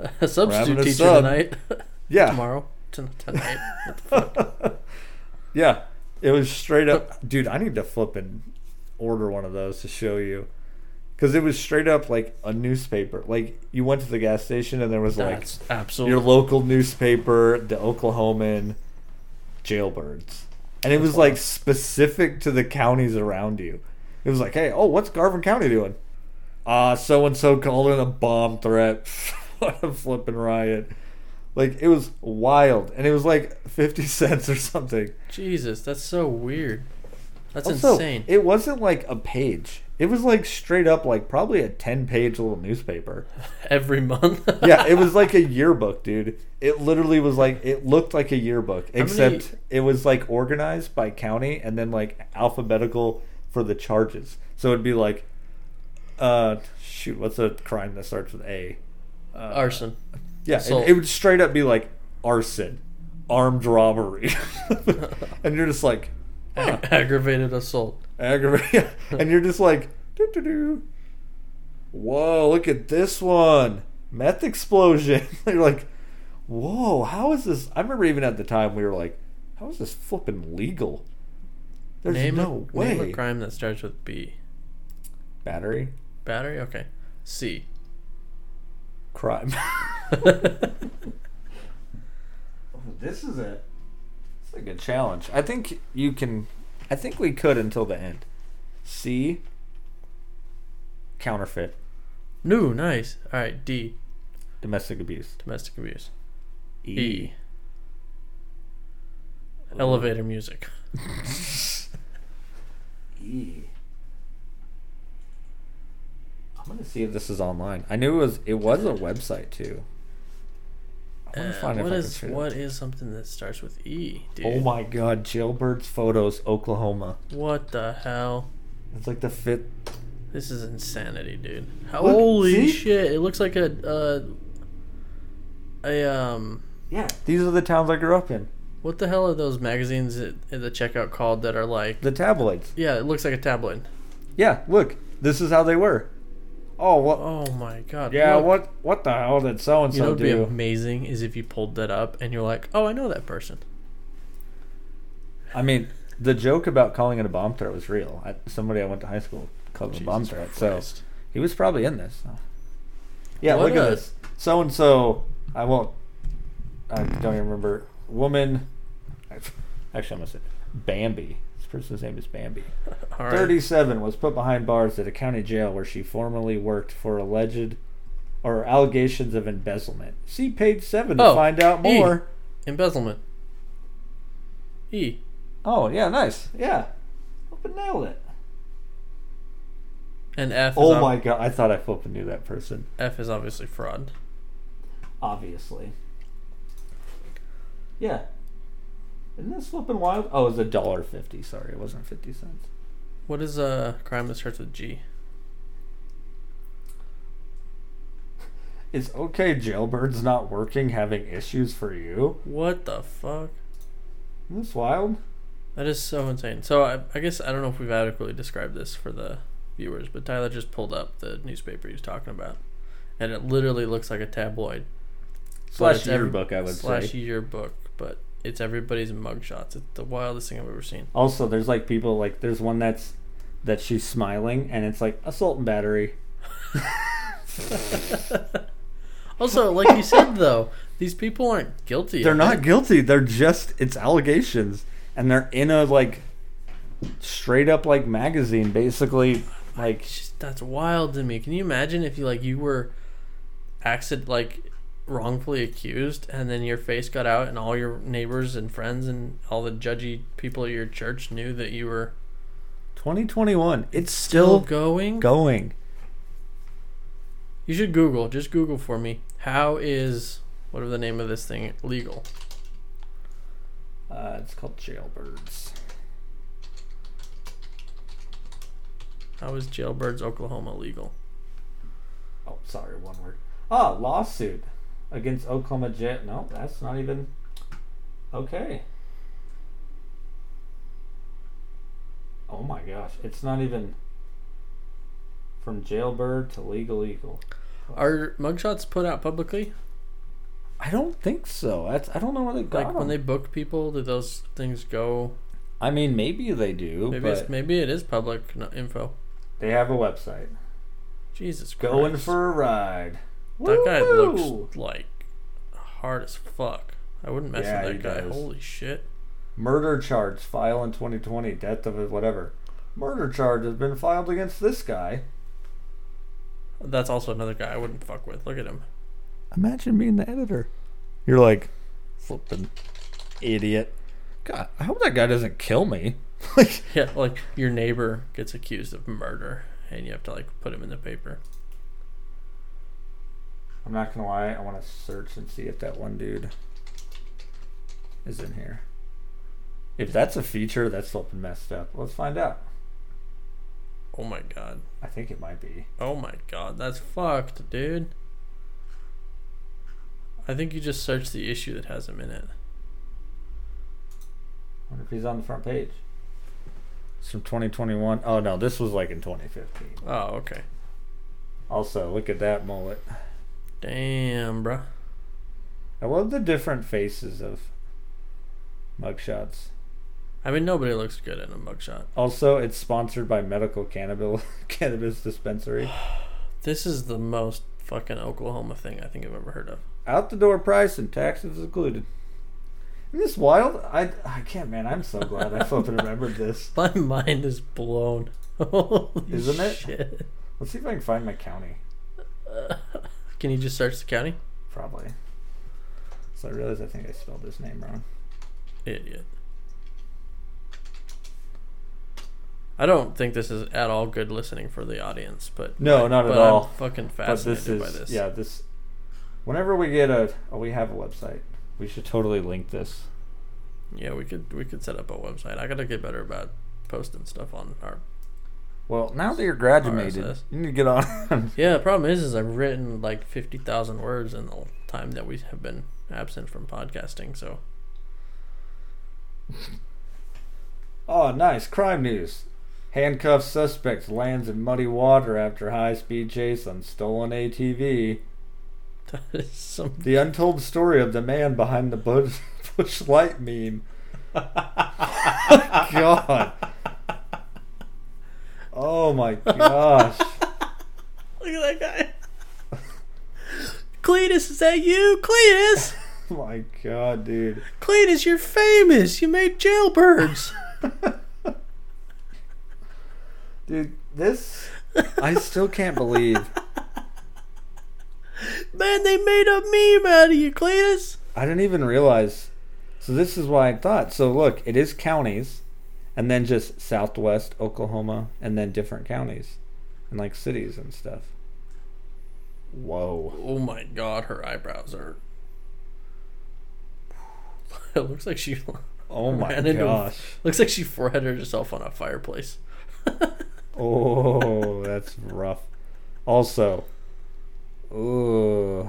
S2: uh, a substitute
S1: a
S2: teacher
S1: sub.
S2: tonight.
S1: yeah,
S2: Tomorrow. T- tonight. What the fuck?
S1: yeah. It was straight up, dude. I need to flip and order one of those to show you, because it was straight up like a newspaper. Like you went to the gas station and there was like
S2: That's
S1: your
S2: absolutely
S1: local newspaper, the Oklahoman Jailbirds, and it was like specific to the counties around you. It was like, hey, oh, what's Garvin County doing? Uh, so and so called in a bomb threat. <laughs> what a flipping riot! Like it was wild, and it was like fifty <laughs> cents or something.
S2: Jesus, that's so weird. That's
S1: also,
S2: insane.
S1: it wasn't like a page. It was like straight up, like probably a ten-page little newspaper.
S2: Every month.
S1: yeah, it was like a yearbook, dude. It literally was like it looked like a yearbook, except it was like organized by county and then like alphabetical for the charges. So it'd be like, uh, shoot, what's a crime that starts with A?
S2: <laughs>
S1: Uh,
S2: Arson.
S1: Yeah,
S2: So-
S1: it, it
S2: <laughs>
S1: would straight up be like arson, armed robbery, <laughs> and you're just like
S2: <laughs>
S1: huh,
S2: Aggravated assault.
S1: aggravated, <laughs> and you're just like, doo doo doo. Whoa, look at this one, meth explosion. <laughs> you're like, whoa, how is this? I remember even at the time we were like, how is this flipping legal? There's
S2: name
S1: no
S2: a,
S1: way.
S2: Name a crime that starts with B.
S1: Battery
S2: Battery? Okay. C. <laughs>
S1: crime. <laughs> this is a, it's a good challenge. I think you can. I think we could until the end. C. Counterfeit,
S2: No, nice. All right, D.
S1: domestic abuse.
S2: Domestic abuse.
S1: E.
S2: E. Elevator music.
S1: E. I'm gonna see if this is online. I knew it was. It was a website too. I
S2: Uh,
S1: wanna find if
S2: what
S1: I
S2: is
S1: can
S2: what is something that starts with E, dude?
S1: Oh my god, Jailbird's Photos, Oklahoma.
S2: What the hell?
S1: It's like the fifth.
S2: This is insanity, dude. How,
S1: Look,
S2: holy
S1: see?
S2: shit! It looks like a uh, a um.
S1: Yeah. These are the towns I grew up in.
S2: What the hell are those magazines at, at the checkout called that are like?
S1: The tabloids.
S2: Yeah, it looks like a tabloid.
S1: Yeah, look. This is how they were. Oh, what?
S2: Oh my god.
S1: yeah,
S2: look.
S1: what? What the hell did so and
S2: You know
S1: so
S2: what'd be
S1: do?
S2: amazing is if you pulled that up and you're like, oh, I know that person. <laughs>
S1: I mean, the joke about calling it a bomb threat was real. I, somebody I went to high school called it a bomb
S2: Jesus
S1: threat. So.
S2: Christ.
S1: He was probably in this. so. Yeah,
S2: What
S1: look at
S2: a-
S1: this. So and so I won't. I don't even remember. Woman. Actually, I'm gonna say Bambi. This person's name is Bambi.
S2: All right.
S1: 37 was put behind bars at a county jail where she formerly worked for alleged or allegations of embezzlement. See page 7 to
S2: Oh,
S1: find out
S2: E.
S1: more.
S2: Embezzlement. E.
S1: Oh, yeah, nice. Yeah. Open nailed it.
S2: And F. is
S1: Oh
S2: ob-
S1: my god, I thought I flipping knew that person.
S2: F is obviously fraud.
S1: Obviously. Yeah. Isn't this flipping wild? Oh, it was a dollar fifty. Sorry, it wasn't fifty cents.
S2: What is a crime that starts with G?
S1: Is okay jailbirds not working having issues for you?
S2: What the fuck?
S1: Isn't this wild?
S2: That is so insane. So I, I guess I don't know if we've adequately described this for the viewers, but Tyler just pulled up the newspaper he was talking about, and it literally looks like a tabloid But
S1: Slash
S2: it's every-
S1: yearbook, I would
S2: slash
S1: say.
S2: yearbook, but it's everybody's mugshots. It's the wildest thing I've ever seen.
S1: Also, there's like people like there's one that's that she's smiling and it's like assault and battery.
S2: Also, like you said though, these people aren't guilty.
S1: They're
S2: of
S1: not
S2: it.
S1: guilty. They're just it's allegations, and they're in a like straight up like magazine, basically. Like
S2: It's just- that's wild to me. Can you imagine if you like you were accident like wrongfully accused and then your face got out and all your neighbors and friends and all the judgy people at your church knew that you were
S1: 2021, it's still
S2: still going?
S1: going.
S2: You should Google. Just Google for me. How is whatever the name of this thing legal?
S1: Uh, it's called Jailbirds.
S2: How is jailbirds Oklahoma legal?
S1: Oh, sorry, one word. Ah, lawsuit against Oklahoma Jail. No, that's not even okay. Oh my gosh, it's not even from jailbird to legal eagle.
S2: Are mugshots put out publicly?
S1: I don't think so. That's, I don't know where they got
S2: Like when they book people, do those things go?
S1: I mean, maybe they do,
S2: Maybe
S1: but
S2: it's maybe it is public no- info.
S1: they have a website.
S2: Jesus Christ.
S1: Going for a ride.
S2: That guy
S1: Woo-hoo!
S2: looks like hard as fuck. I wouldn't mess
S1: Yeah,
S2: with
S1: he
S2: that guy.
S1: does.
S2: Holy shit.
S1: murder charge file in 2020, death of a whatever. Murder charge has been filed against this guy.
S2: That's also another guy I wouldn't fuck with. Look at him. <laughs>
S1: Imagine being the editor. You're like, flipping idiot. God, I hope that guy doesn't kill <laughs> me. Like,
S2: Yeah, like your neighbor gets accused of murder and you have to like put him in the paper.
S1: I'm not gonna lie. I want to search and see if that one dude is in here. If that's a feature, that's flipping messed up. Let's find out.
S2: Oh my god.
S1: I think it might be.
S2: Oh my god. That's fucked, dude. I think you just searched the issue that has him in it.
S1: wonder if he's on the front page. It's from 2021. Oh no, this was like in 2015.
S2: Oh, okay.
S1: Also, look at that mullet.
S2: Damn, bruh.
S1: I love the different faces of mugshots.
S2: I mean, nobody looks good in a mugshot.
S1: Also, it's sponsored by Medical Cannabis <laughs> Cannabis Dispensary.
S2: This is the most fucking Oklahoma thing I think I've ever heard of.
S1: Out the door price and taxes included. Isn't this wild? I, I can't, man. I'm so glad I
S2: <laughs>
S1: fucking remembered this.
S2: My mind is blown. <laughs> Holy
S1: Isn't it?
S2: shit. <laughs>
S1: Let's see if I can find my county.
S2: Can you just search the county?
S1: Probably. So I realize I think I spelled his name wrong.
S2: Idiot. I don't think this is at all good listening for the audience, but
S1: No, not at
S2: but
S1: all.
S2: I'm fucking
S1: but this
S2: fascinated
S1: is
S2: by this.
S1: yeah this whenever we get a oh, we have a website we should totally link this
S2: yeah, we could we could set up a website. I gotta get better about posting stuff on our.
S1: well now that you're graduated
S2: RSS.
S1: you need to get on <laughs>
S2: Yeah, the problem is, is I've written like fifty thousand words in the time that we have been absent from podcasting. So <laughs>
S1: oh nice crime news handcuffed suspect lands in muddy water after high-speed chase on stolen atv
S2: that is some <laughs>
S1: the untold story of the man behind the bush, <laughs> bush light meme god oh my gosh
S2: Look at that guy. Cletus, is that you? Cletus!
S1: My God, dude.
S2: Cletus, you're famous. You made <laughs> jailbirds.
S1: Dude, this. I still can't believe.
S2: Man, they made a meme out of you, Cletus.
S1: I didn't even realize. So, this is why I thought. So, look, it is counties, and then just southwest Oklahoma, and then different counties, and like cities and stuff. Whoa.
S2: Oh my god, her eyebrows are. <sighs> it looks like she <laughs>
S1: Oh my
S2: Ran into a-
S1: gosh.
S2: looks like she foreheaded herself on a fireplace. <laughs>
S1: Oh, <laughs> that's rough. Also, ooh.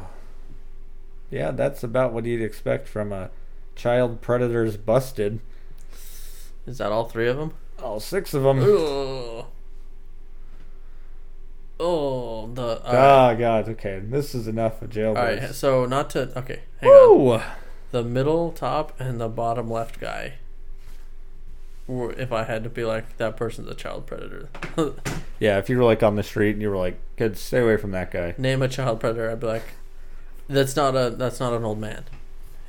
S1: Yeah, that's about what you'd expect from a child predators busted.
S2: Is that all three of <laughs> them?
S1: All six of them.
S2: Ugh. Oh, the. All right.
S1: Ah, God. Okay, this is enough of
S2: All right,
S1: jailbirds.
S2: so not to. Okay, hang on.
S1: Woo!
S2: The middle top and the bottom left guy. Were- If I had to be like, that person's a child predator. <laughs>
S1: Yeah, if you were like on the street and you were like, "Kids, stay away from that guy."
S2: name a child predator, I'd be like, that's not a that's not an old man.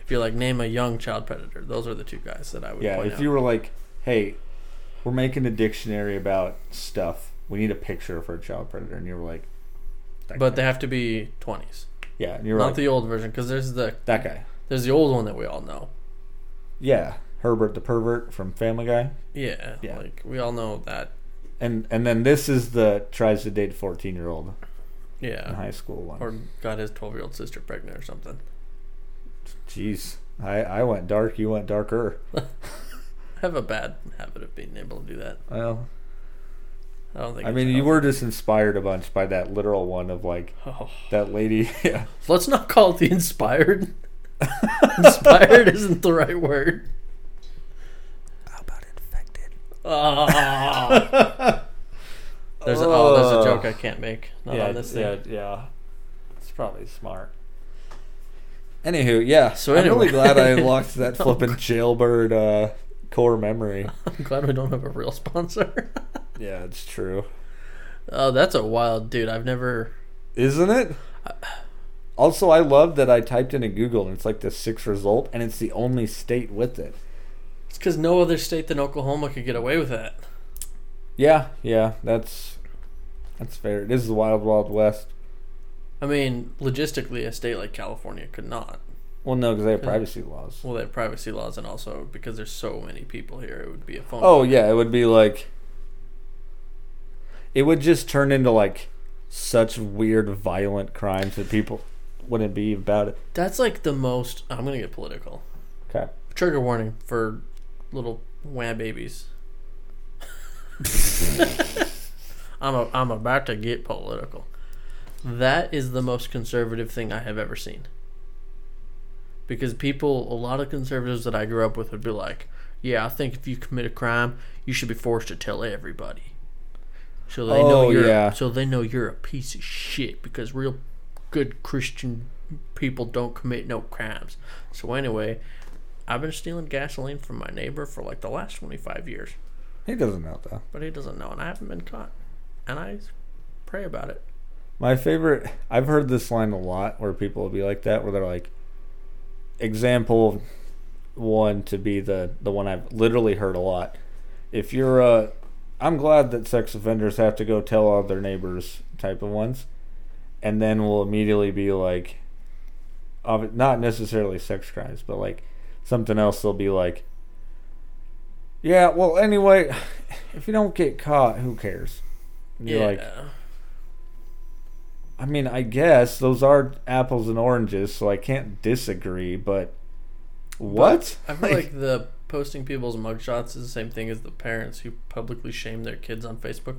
S2: If you're like name a young child predator, those are the two guys that I would.
S1: Yeah,
S2: point
S1: if
S2: out.
S1: you were like, "Hey, we're making a dictionary about stuff. We need a picture for a child predator," and you were like, that
S2: but
S1: guy.
S2: they have to be twenties,
S1: yeah, and you were
S2: not
S1: like,
S2: the old version, because there's the
S1: "That guy."
S2: there's the old one that we all know.
S1: Yeah, Herbert the pervert from Family Guy.
S2: Yeah,
S1: Yeah.
S2: like we all know that.
S1: And and then this is the tries to date fourteen year old in
S2: Yeah,
S1: high school one.
S2: or got his twelve year old sister pregnant or something.
S1: Jeez, I I went dark. You went darker.
S2: I have a bad habit of being able to do that. <laughs>
S1: Well,
S2: I don't think.
S1: I
S2: it's
S1: mean, you
S2: healthy.
S1: were just inspired a bunch by that literal one of like
S2: Oh.
S1: that lady. <laughs> Yeah,
S2: Let's not call it the inspired. <laughs>
S1: <laughs>
S2: inspired isn't the right word.
S1: How about infected?
S2: Ah. <laughs> There's a, oh, there's a joke I can't make.
S1: <laughs>
S2: Not
S1: yeah,
S2: on this thing. <laughs>
S1: yeah, yeah. It's probably smart. Anywho, yeah.
S2: So
S1: So I'm really
S2: anyway.
S1: glad I locked <laughs> that flippin' jailbird uh, core memory.
S2: I'm glad we don't have a real sponsor. <laughs>
S1: Yeah, it's true.
S2: oh, that's a wild dude. I've never.
S1: Isn't it? Also, I love that I typed in a Google and it's like the sixth result, and it's the only state with it.
S2: It's because no other state than Oklahoma could get away with that.
S1: Yeah, yeah, that's that's fair. It is the wild, wild west.
S2: I mean, logistically, a state like California could not.
S1: Well, no, because they have privacy laws.
S2: Well, they have privacy laws, and also because there's so many people here, it would be a phone.
S1: Oh yeah, it would be like it would just turn into like such weird, violent crimes that people wouldn't be about it.
S2: that's like the most. I'm gonna get political.
S1: Okay.
S2: Trigger warning for little wham babies. I'm a, I'm about to get political. That is the most conservative thing I have ever seen. Because people, a lot of conservatives that I grew up with would be like, "Yeah, I think if you commit a crime, you should be forced to tell everybody." So they know
S1: Oh,
S2: you're
S1: yeah.
S2: so they know you're a piece of shit because real good Christian people don't commit no crimes. So anyway, I've been stealing gasoline from my neighbor for like the last 25 years,
S1: He doesn't know though.
S2: but he doesn't know, and I haven't been caught. And I pray about it.
S1: My favorite, I've heard this line a lot where people will be like that, where they're like, example one to be the, the one I've literally heard a lot. If you're a, I'm glad that sex offenders have to go tell all their neighbors type of ones. And then we'll immediately be like, ob- not necessarily sex crimes, but like something else they'll be like, yeah, well, anyway, <sighs> if you don't get caught, who cares? And You're like, I mean, I guess those are apples and oranges, so I can't disagree, but what?
S2: I feel
S1: <laughs>
S2: like the posting people's mugshots is the same thing as the parents who publicly shame their kids on Facebook.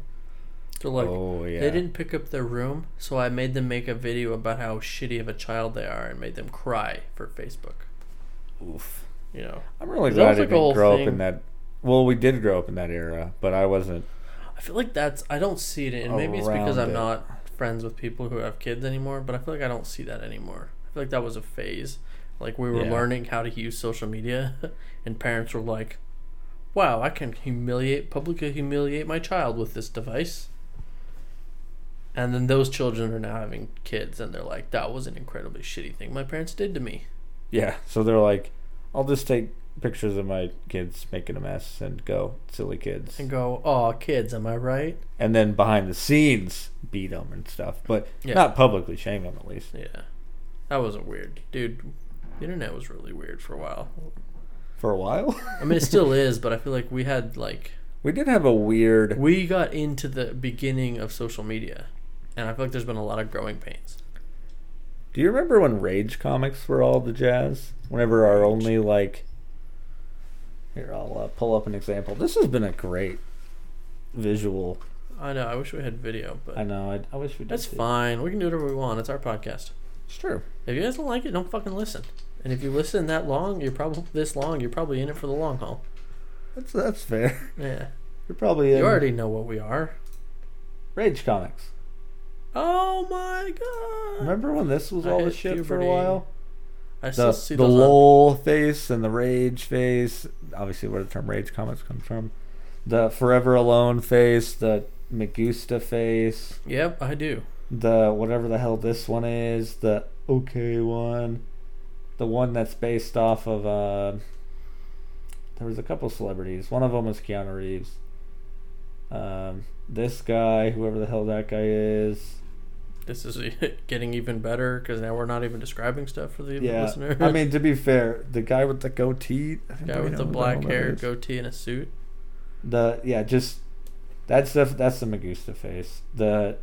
S2: They're <laughs> like,
S1: oh, yeah.
S2: they didn't pick up their room, so I made them make a video about how shitty of a child they are and made them cry for Facebook.
S1: Oof.
S2: You know,
S1: I'm really
S2: That
S1: glad I
S2: was like a
S1: didn't
S2: whole
S1: grow up
S2: thing.
S1: in that. Well, we did grow up in that era, but I wasn't.
S2: I feel like that's I don't see it, and maybe it's because
S1: Around
S2: I'm
S1: it.
S2: not friends with people who have kids anymore. But I feel like I don't see that anymore. I feel like that was a phase, like we were
S1: Yeah.
S2: learning how to use social media, <laughs> and parents were like, "Wow, I can humiliate publicly humiliate my child with this device." And then those children are now having kids, and they're like, that was an incredibly shitty thing my parents did to me.
S1: Yeah. So they're like, I'll just take pictures of my kids making a mess and go, silly kids.
S2: And go, oh, kids, am I right?
S1: And then behind the scenes, beat them and stuff. But
S2: Yeah.
S1: not publicly shame them, at least.
S2: Yeah. That was a weird. Dude, the internet was really weird for a while.
S1: For a while?
S2: I mean, it still is, but I feel like we had, like,
S1: <laughs> we did have a weird.
S2: we got into the beginning of social media, and I feel like there's been a lot of growing pains.
S1: Do you remember when Rage comics were all the jazz? Whenever our only like, here I'll uh, pull up an example. This has been a great visual.
S2: I know. I wish we had video,
S1: I
S2: but
S1: know. I, I wish we did.
S2: that's
S1: too.
S2: fine. We can do whatever we want. It's our podcast.
S1: It's true.
S2: If you guys don't like it, don't fucking listen. And if you listen that long, you're probably this long. You're probably in it for the long haul.
S1: That's that's fair. <laughs>
S2: Yeah.
S1: You're probably in
S2: You already know what we are.
S1: Rage comics.
S2: Oh my god!
S1: Remember when this was
S2: I
S1: all the
S2: hit
S1: shit for a
S2: puberty.
S1: while?
S2: I still
S1: The,
S2: see
S1: the
S2: those. on-
S1: lol face and the rage face. Obviously, where the term rage comics comes from. The forever alone face. The Magusta face.
S2: Yep, I do.
S1: the whatever the hell this one is, the okay one, the one that's based off of uh, there was a couple celebrities. One of them was Keanu Reeves. Um, this guy, whoever the hell that guy is,
S2: This is <laughs> getting even better because now we're not even describing stuff for the
S1: yeah.
S2: listener.
S1: I mean, to be fair, the guy with the goatee, I think
S2: guy
S1: we
S2: with
S1: know
S2: the
S1: who
S2: black
S1: hell that
S2: hair,
S1: is.
S2: goatee, and a suit.
S1: the yeah, just that's the that's the Magusta face. The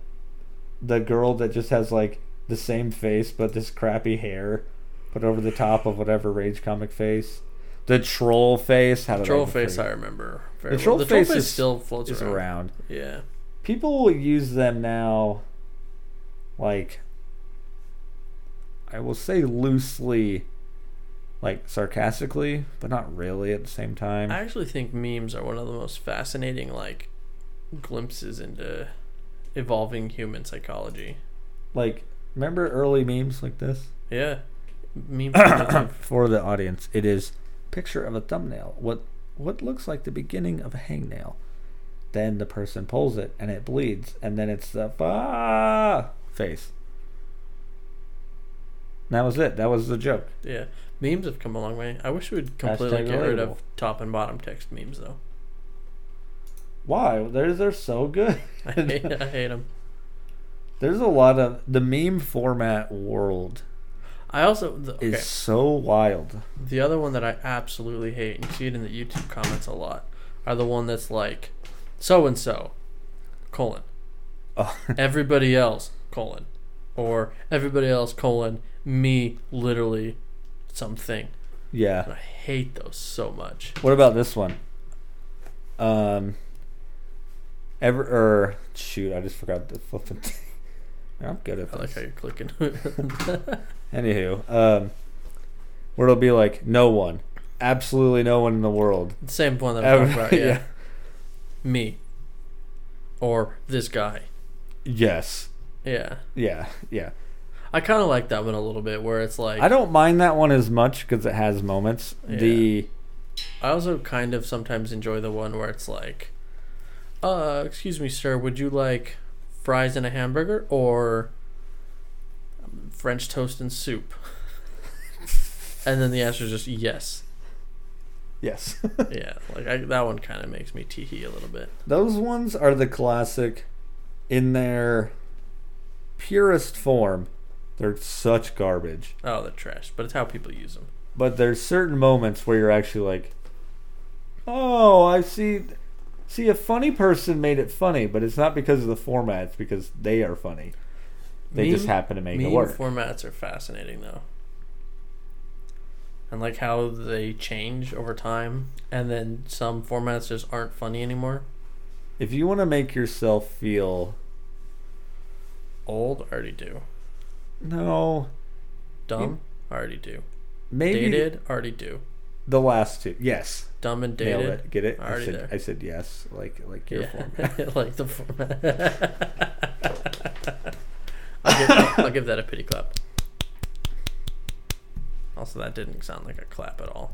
S1: the girl that just has like the same face but this crappy hair put over the top of whatever rage comic face. The troll face. How did I
S2: Troll
S1: even
S2: face, I
S1: forget?
S2: remember. Very
S1: The
S2: the
S1: troll
S2: troll, the troll
S1: face
S2: face,
S1: is-
S2: still floats
S1: is
S2: around.
S1: around.
S2: Yeah,
S1: People will use them now. Like I will say loosely, like sarcastically, but not really at the same time.
S2: I actually think memes are one of the most fascinating like glimpses into evolving human psychology.
S1: like remember early memes like this.
S2: Yeah, memes. are
S1: <coughs>
S2: definitely-
S1: for the audience, it is picture of a thumbnail. What what looks like the beginning of a hangnail. Then the person pulls it and it bleeds, and then it's the ah face. And that was it. That was the joke.
S2: yeah, memes have come a long way. I wish we'd completely
S1: Hashtag
S2: get rid
S1: relatable.
S2: of top and bottom text memes though. <laughs>
S1: Why? They're they're so good.
S2: <laughs>
S1: <laughs>
S2: I hate, I hate them.
S1: There's a lot of the meme format world
S2: I also the, okay.
S1: is so wild. <laughs>
S2: The other one that I absolutely hate, and you see it in the YouTube comments a lot, are the one that's like, so and so, colon.
S1: Oh.
S2: Everybody else, colon. Or everybody else, colon, me, literally, something.
S1: Yeah.
S2: And I hate those so much.
S1: What about this one? Um, ever or shoot, I just forgot the flipping <laughs> thing. Man, I'm good at
S2: I
S1: this.
S2: like how you're clicking. <laughs>
S1: Anywho, um, where it'll be like no one, absolutely no one in the world.
S2: Same one that I
S1: Ever, <laughs>
S2: talked about, yeah. Me. Or this guy.
S1: Yes.
S2: Yeah.
S1: Yeah. Yeah.
S2: I kind of like that one a little bit, where it's like,
S1: I don't mind that one as much because it has moments.
S2: Yeah.
S1: The
S2: I also kind of sometimes enjoy the one where it's like, uh, excuse me, sir, would you like fries and a hamburger or French toast and soup? and then the answer is just yes.
S1: yes, <laughs>
S2: Yeah, like I, that one kind of makes me tee hee a little bit.
S1: those ones are the classic in their purest form. They're such garbage.
S2: Oh, they're trash, but it's how people use them.
S1: but there's certain moments where you're actually like, oh, I see. See, a funny person made it funny, but it's not because of the format. It's because they are funny. They just
S2: Meme-
S1: happen to make it
S2: meme
S1: work.
S2: formats are fascinating though and like how they change over time and then some formats just aren't funny anymore
S1: if you want to make yourself feel
S2: old I already do
S1: no,
S2: dumb I already
S1: <laughs>
S2: do
S1: maybe
S2: dated already do
S1: the last two, yes,
S2: dumb and
S1: nailed
S2: dated
S1: it. Get it? I
S2: Already
S1: said,
S2: there.
S1: I said yes, like like your
S2: <laughs>
S1: format.
S2: yeah.
S1: <laughs>
S2: like the format I'll, give, I'll give that a pity clap also that didn't sound like a clap at all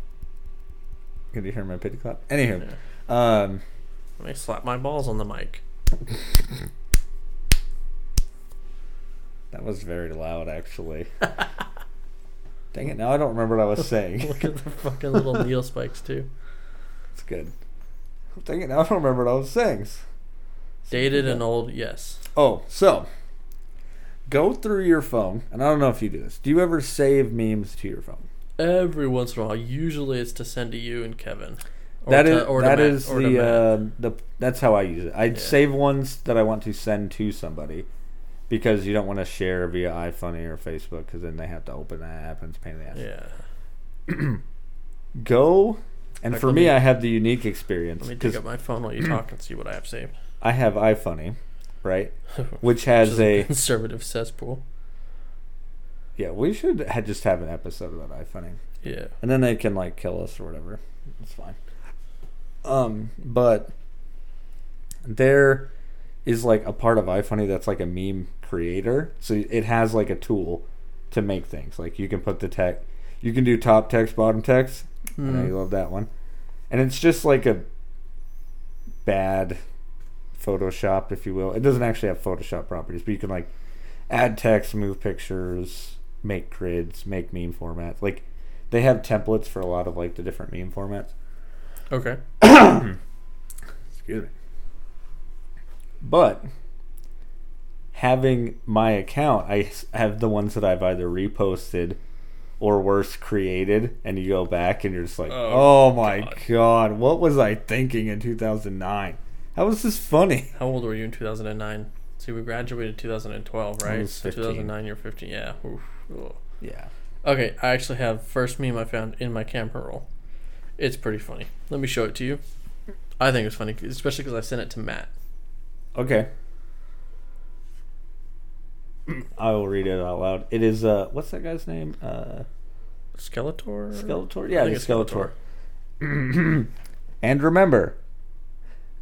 S1: Can you hear my pity clap? Anywho,
S2: Yeah.
S1: um,
S2: let me slap my balls on the mic
S1: That was very loud,
S2: <laughs>
S1: actually. Dang it! Now I don't remember what I was saying.
S2: <laughs> Look at the fucking
S1: <laughs>
S2: little needle spikes too.
S1: It's good. Dang it! Now I don't remember what I was saying.
S2: Dated and old, yes.
S1: Oh, so go through your phone, and I don't know if you do this. Do you ever save memes to your phone?
S2: Every once in a while, usually it's to send to you and Kevin. Or
S1: That
S2: to-
S1: is
S2: or to
S1: that
S2: Matt-
S1: is
S2: or to
S1: the
S2: Matt.
S1: uh, the that's how I use it. I
S2: Yeah.
S1: save ones that I want to send to somebody because you don't want to share via iFunny or Facebook because then they have to open that app and it's a pain in the ass.
S2: yeah.
S1: Go, and
S2: Like,
S1: for
S2: let
S1: me,
S2: me-
S1: I have the unique experience
S2: Let me dig
S1: because
S2: up my phone while you talk and see what I have saved.
S1: I have iFunny,
S2: <laughs>
S1: right? Which has
S2: Which is
S1: a
S2: <laughs> conservative cesspool.
S1: yeah. We should ha- just have an episode about iFunny.
S2: Yeah.
S1: and then they can like kill us or whatever. It's fine. Um, but there is like a part of iFunny that's like a meme creator, so it has like a tool to make things. Like you can put the tech, you can do top text, bottom text. I know
S2: Mm.
S1: you love that one, and it's just like a bad Photoshop, if you will. It doesn't actually have Photoshop properties, but you can like add text, move pictures, make grids, make meme formats. Like they have templates for a lot of like the different meme formats.
S2: Okay.
S1: Excuse me. But having my account, I s- have the ones that I've either reposted or worse created, and you go back and you're just like,
S2: Oh,
S1: oh, my
S2: God.
S1: god. what was I thinking in 2009? How was this funny?
S2: How old were you in 2009? See, we graduated 2012, right?
S1: was
S2: So
S1: 15.
S2: 2009, you're 15. Yeah. Oof. Ugh.
S1: Yeah.
S2: Okay, I actually have first meme I found in my camera roll. It's pretty funny. Let me show it to you. I think it's funny, especially because I sent it to Matt.
S1: Okay. I will read it out loud. It is uh, what's that guy's name? Uh,
S2: Skeletor.
S1: Skeletor.
S2: I
S1: Yeah,
S2: think
S1: it's
S2: it's
S1: Skeletor. <clears throat> And remember,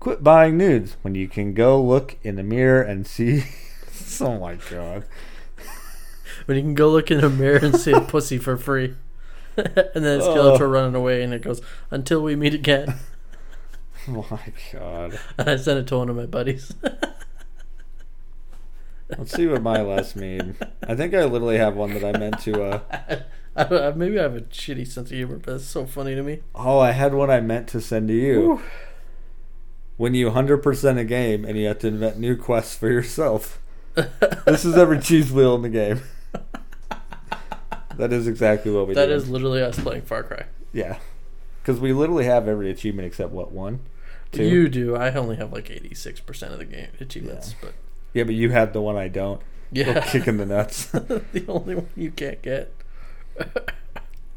S1: quit buying nudes when you can go look in the mirror and see. <laughs> oh my god.
S2: When you can go look in a mirror and
S1: <laughs>
S2: see a pussy for free, <laughs> and then Skeletor
S1: Oh.
S2: running away, and it goes until we
S1: <laughs>
S2: meet again.
S1: Oh my god.
S2: <laughs> And I sent it to one of my buddies.
S1: <laughs> Let's see what my last meme. I think I literally have one that I meant to. Uh,
S2: <laughs> I, I, maybe I have a shitty sense of humor, but it's so funny to me.
S1: oh, I had one I meant to send to you.
S2: Ooh.
S1: When you 100% a game and you have to invent new quests for yourself. This
S2: <laughs>
S1: is every cheese wheel in the game. that is exactly what we
S2: That
S1: do.
S2: is literally us playing Far Cry.
S1: Yeah. Because we literally have every achievement except what one? Two?
S2: You do. I only have like eighty six percent of the game achievements, but
S1: Yeah, but you had the one I don't. <laughs>
S2: yeah,
S1: Go kick in the nuts.
S2: <laughs> the only one you can't get.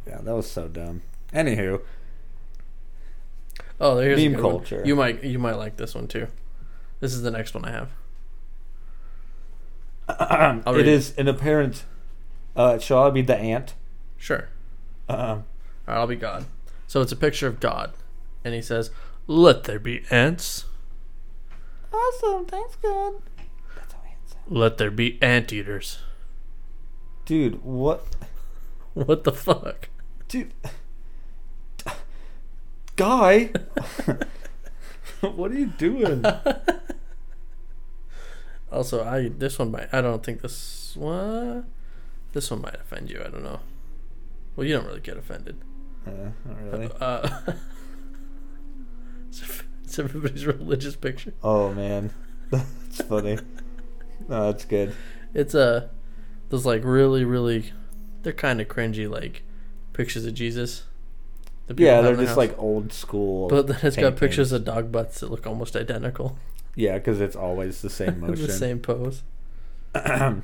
S1: yeah, that was so dumb. Anywho, <clears throat>
S2: Oh, here's a
S1: Meme
S2: good one.
S1: culture.
S2: You might you might like this one too. This is the next one I have. I'll read
S1: it is an apparent. Uh, shall I be the ant?
S2: Sure.
S1: Um,
S2: All right, I'll be God. So it's a picture of God, and he says, "Let there be ants.
S1: awesome, thanks, God. That's how ants sound.
S2: Let there be anteaters."
S1: Dude, what?
S2: What the fuck?
S1: Dude. Guy? <laughs> what are you
S2: <laughs>
S1: doing? Uh,
S2: Also, I this one might. I don't think this one. This one might offend you. I don't know. Well, you don't really get offended.
S1: Uh, not really.
S2: Uh, <laughs> it's, it's everybody's <laughs> religious picture.
S1: Oh, man. <laughs> that's funny. No, that's good.
S2: It's uh, those like really, really, they're kind of cringy like pictures of Jesus. that people
S1: Yeah,
S2: have
S1: they're
S2: in their
S1: just
S2: house.
S1: like old school.
S2: But then it's got
S1: paintings.
S2: pictures of dog butts that look almost identical. <laughs>
S1: Yeah, because it's always the same motion.
S2: the same pose.
S1: I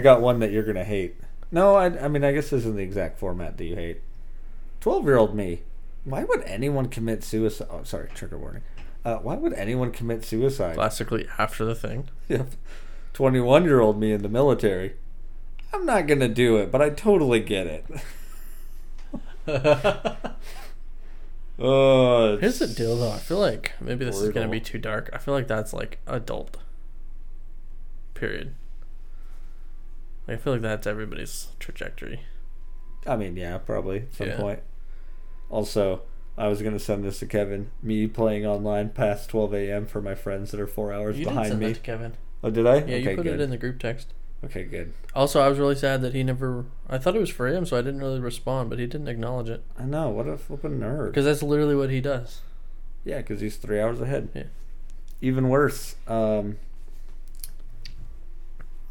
S1: got one that you're gonna hate. No, I, I mean I guess this isn't the exact format that you hate. Twelve year old me. Why would anyone commit suicide? Oh, sorry, trigger warning. Uh, why would anyone commit suicide?
S2: Classically after
S1: <laughs>
S2: the thing.
S1: Yep. Twenty one year old me in the military. I'm not gonna do it, but I totally get it. <laughs> Oh,
S2: Here's the deal, though. I feel like maybe this is gonna
S1: Brutal.
S2: be too dark. I feel like that's like adult. Period. Like, I feel like that's everybody's trajectory.
S1: I mean, yeah, probably at some
S2: Yeah.
S1: point. Also, I was gonna send this to Kevin. Me playing online past 12 a.m. for my friends that are four hours
S2: You did
S1: behind
S2: send
S1: me.
S2: that to Kevin.
S1: Oh, did I?
S2: Yeah, you put it in the group text.
S1: Okay, good.
S2: Also, I was really sad that he never. I thought it was for him, so I didn't really respond, but he didn't acknowledge it
S1: I know. What a flippin' nerd.
S2: because that's literally what he does.
S1: Yeah, because he's three hours ahead.
S2: Yeah.
S1: Even worse, um,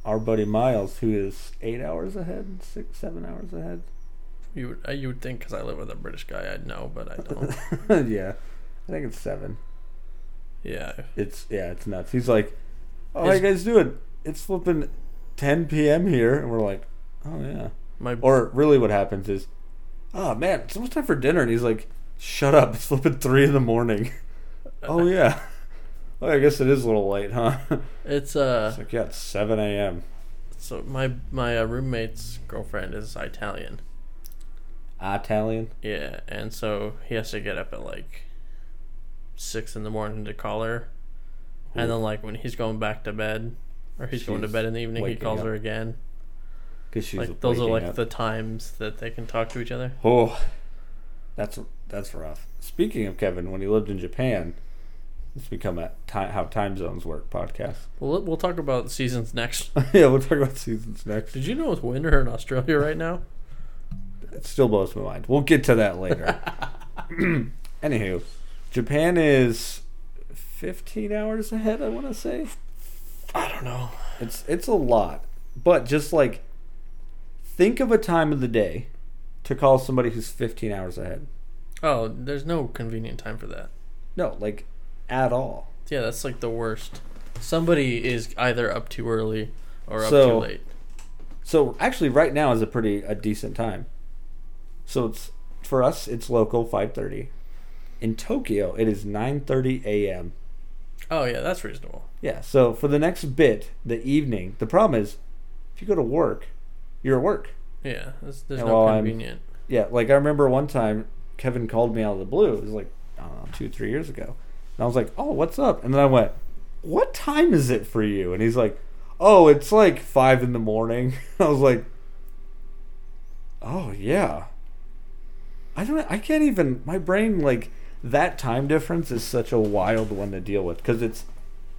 S1: our buddy Miles, who is eight hours ahead, six, seven hours ahead.
S2: You would, uh, you would think because I live with a British guy, I'd know, but I <laughs>
S1: <laughs>
S2: don't.
S1: yeah, I think it's seven.
S2: yeah,
S1: It's yeah, it's nuts. He's like, "Oh, how
S2: Is-
S1: you guys doing? It's flipping 10 p.m. here," and we're like, "Oh yeah."
S2: my
S1: Or really, what happens is, "Oh man, it's almost time for dinner," and he's like, "Shut up! It's flipping three in the morning." <laughs> oh yeah. <laughs> Oh, I guess it is a little late, huh? <laughs>
S2: it's uh
S1: It's like yeah, it's seven a.m.
S2: so my my uh, roommate's girlfriend is Italian. Ah,
S1: Italian.
S2: Yeah, and so he has to get up at like six in the morning to call her, and then like when he's going back to bed, or he's going to
S1: She's
S2: bed in the evening, he
S1: waking
S2: calls
S1: up.
S2: her again.
S1: Because she's
S2: like those are
S1: waking
S2: like
S1: up.
S2: the times that they can talk to each other.
S1: Oh, that's that's rough. Speaking of Kevin, when he lived in Japan, it's become a time, how time zones work podcast.
S2: We'll we'll talk about seasons next.
S1: <laughs> yeah, we'll talk about seasons next.
S2: <laughs> Did you know it's winter in Australia right now?
S1: It still blows my mind. We'll get to that later. Anywho, Japan is 15 hours ahead. I want to say
S2: I don't know.
S1: it's it's a lot, but just like think of a time of the day to call somebody who's 15 hours ahead.
S2: Oh, there's no convenient time for that.
S1: No, like at all.
S2: Yeah, that's like the worst. Somebody is either up too early or up
S1: So-
S2: too late.
S1: So actually, right now is a pretty a decent time. So it's for us, it's local five thirty. In Tokyo, it is nine thirty a.m.
S2: Oh yeah, that's reasonable.
S1: Yeah. So for the next bit, the evening. The problem is, if you go to work, you're at work.
S2: Yeah, there's, there's
S1: Yeah,
S2: no
S1: well, I'm-
S2: convenient.
S1: Yeah. Like I remember one time, Kevin called me out of the blue. It was like I don't know, two three years ago, and I was like, "Oh, what's up?" And then I went, "What time is it for you?" And he's like, "Oh, it's like five in the morning." <laughs> I was like, "Oh yeah." I don't. I can't even. My brain like that time difference is such a wild one to deal with because it's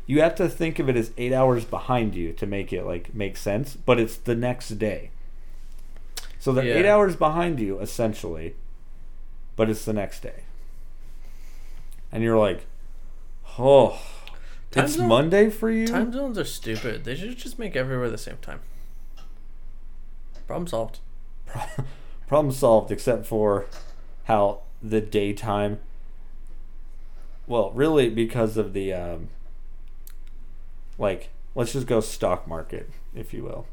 S1: you have to think of it as eight hours behind you to make it like make sense, but it's the next day. So they're
S2: Yeah.
S1: eight hours behind you essentially, but it's the next day, and you're like, oh,
S2: Time
S1: it's
S2: zone-
S1: Monday for you.
S2: Time zones are stupid. They should just make everywhere the same time. Problem solved.
S1: problem solved except for how the daytime well really because of the um like let's just go stock market if you will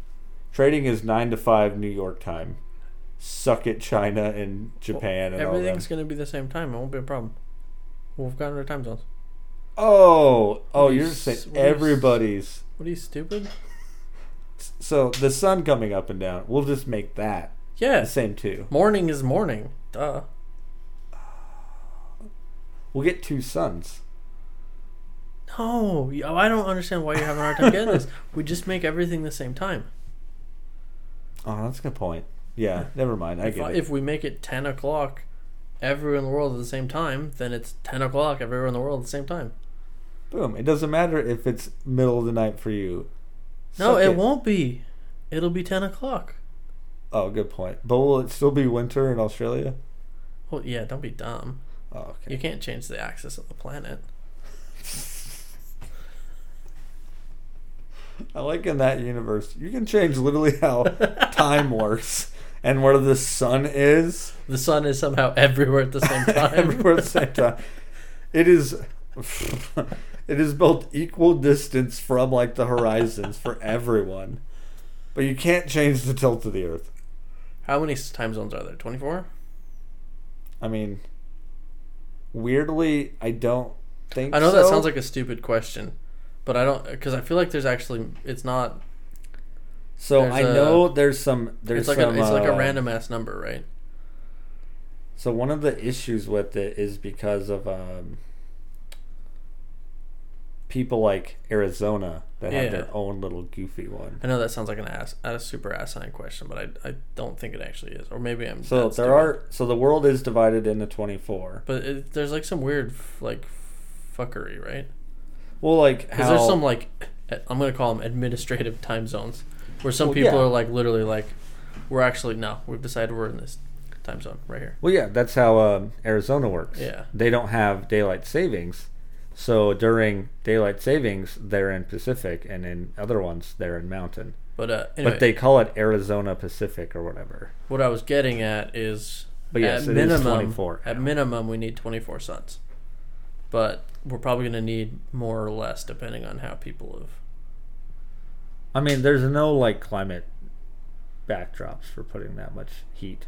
S1: trading is 9 to 5 new york time suck it china and japan and all
S2: Everything's
S1: that
S2: going to be the same time. It won't be a problem. We've gotten rid of time zones.
S1: oh oh
S2: We're
S1: you're
S2: s-
S1: saying
S2: we're s-
S1: everybody's
S2: What are you stupid?
S1: so the sun coming up and down we'll just make that the
S2: Yeah,
S1: same too
S2: morning is morning. Duh.
S1: we'll get two suns
S2: No, you- I don't understand why you're having a hard time getting this. We just make everything the same time.
S1: oh that's a good point yeah never mind i
S2: If,
S1: get it
S2: if we make it ten o'clock everywhere in the world at the same time, then it's ten o'clock everywhere in the world at the same time.
S1: Boom. It doesn't matter if it's middle of the night for you.
S2: No,
S1: Suck
S2: it, won't be. It'll be ten o'clock.
S1: Oh, good point. But will it still be winter in Australia?
S2: Well, yeah, don't be dumb.
S1: Oh, okay.
S2: You can't change the axis of the planet.
S1: I like in that universe, you can change literally how
S2: <laughs>
S1: time works and where the sun is
S2: The sun is somehow <laughs> everywhere at the same time.
S1: <laughs> everywhere at the same time. It is. <laughs> It is both equal distance from like the horizons for everyone, but you can't change the tilt of the Earth.
S2: <laughs> How many s- time zones are there? Twenty-four.
S1: I mean, weirdly, I don't think.
S2: I know that
S1: so.
S2: sounds like a stupid question, but I don't because I feel like there's actually it's not.
S1: So
S2: There's
S1: I
S2: a-
S1: know there's some there's
S2: It's like
S1: some,
S2: a, it's like a
S1: uh,
S2: random ass number, right?
S1: So one of the issues with it is because of um, people like Arizona that
S2: Yeah.
S1: have their own little goofy one.
S2: I know that sounds like an ass, a super asinine question, but I, I don't think it actually is, or maybe I'm.
S1: So
S2: that's
S1: there
S2: stupid.
S1: are so the world is divided into 24.
S2: but it, there's like some weird f- like fuckery, right?
S1: Well, like
S2: Because
S1: how
S2: there's some like I'm gonna call them administrative time zones, Where some
S1: Well,
S2: people
S1: yeah.
S2: are like literally like, we're actually no, we've decided we're in this time zone right here.
S1: Well, yeah, that's how um, Arizona works.
S2: Yeah.
S1: They don't have daylight savings. So during daylight savings, they're in Pacific, and in other ones, they're in Mountain.
S2: But uh, anyway,
S1: But they call it Arizona Pacific or whatever.
S2: what I was getting at is
S1: But yes, it
S2: at
S1: is
S2: minimum
S1: 24
S2: at
S1: now.
S2: minimum we need 24 suns. But we're probably going to need more or less depending on how people live.
S1: I mean, there's no like climate backdrops for putting that much heat.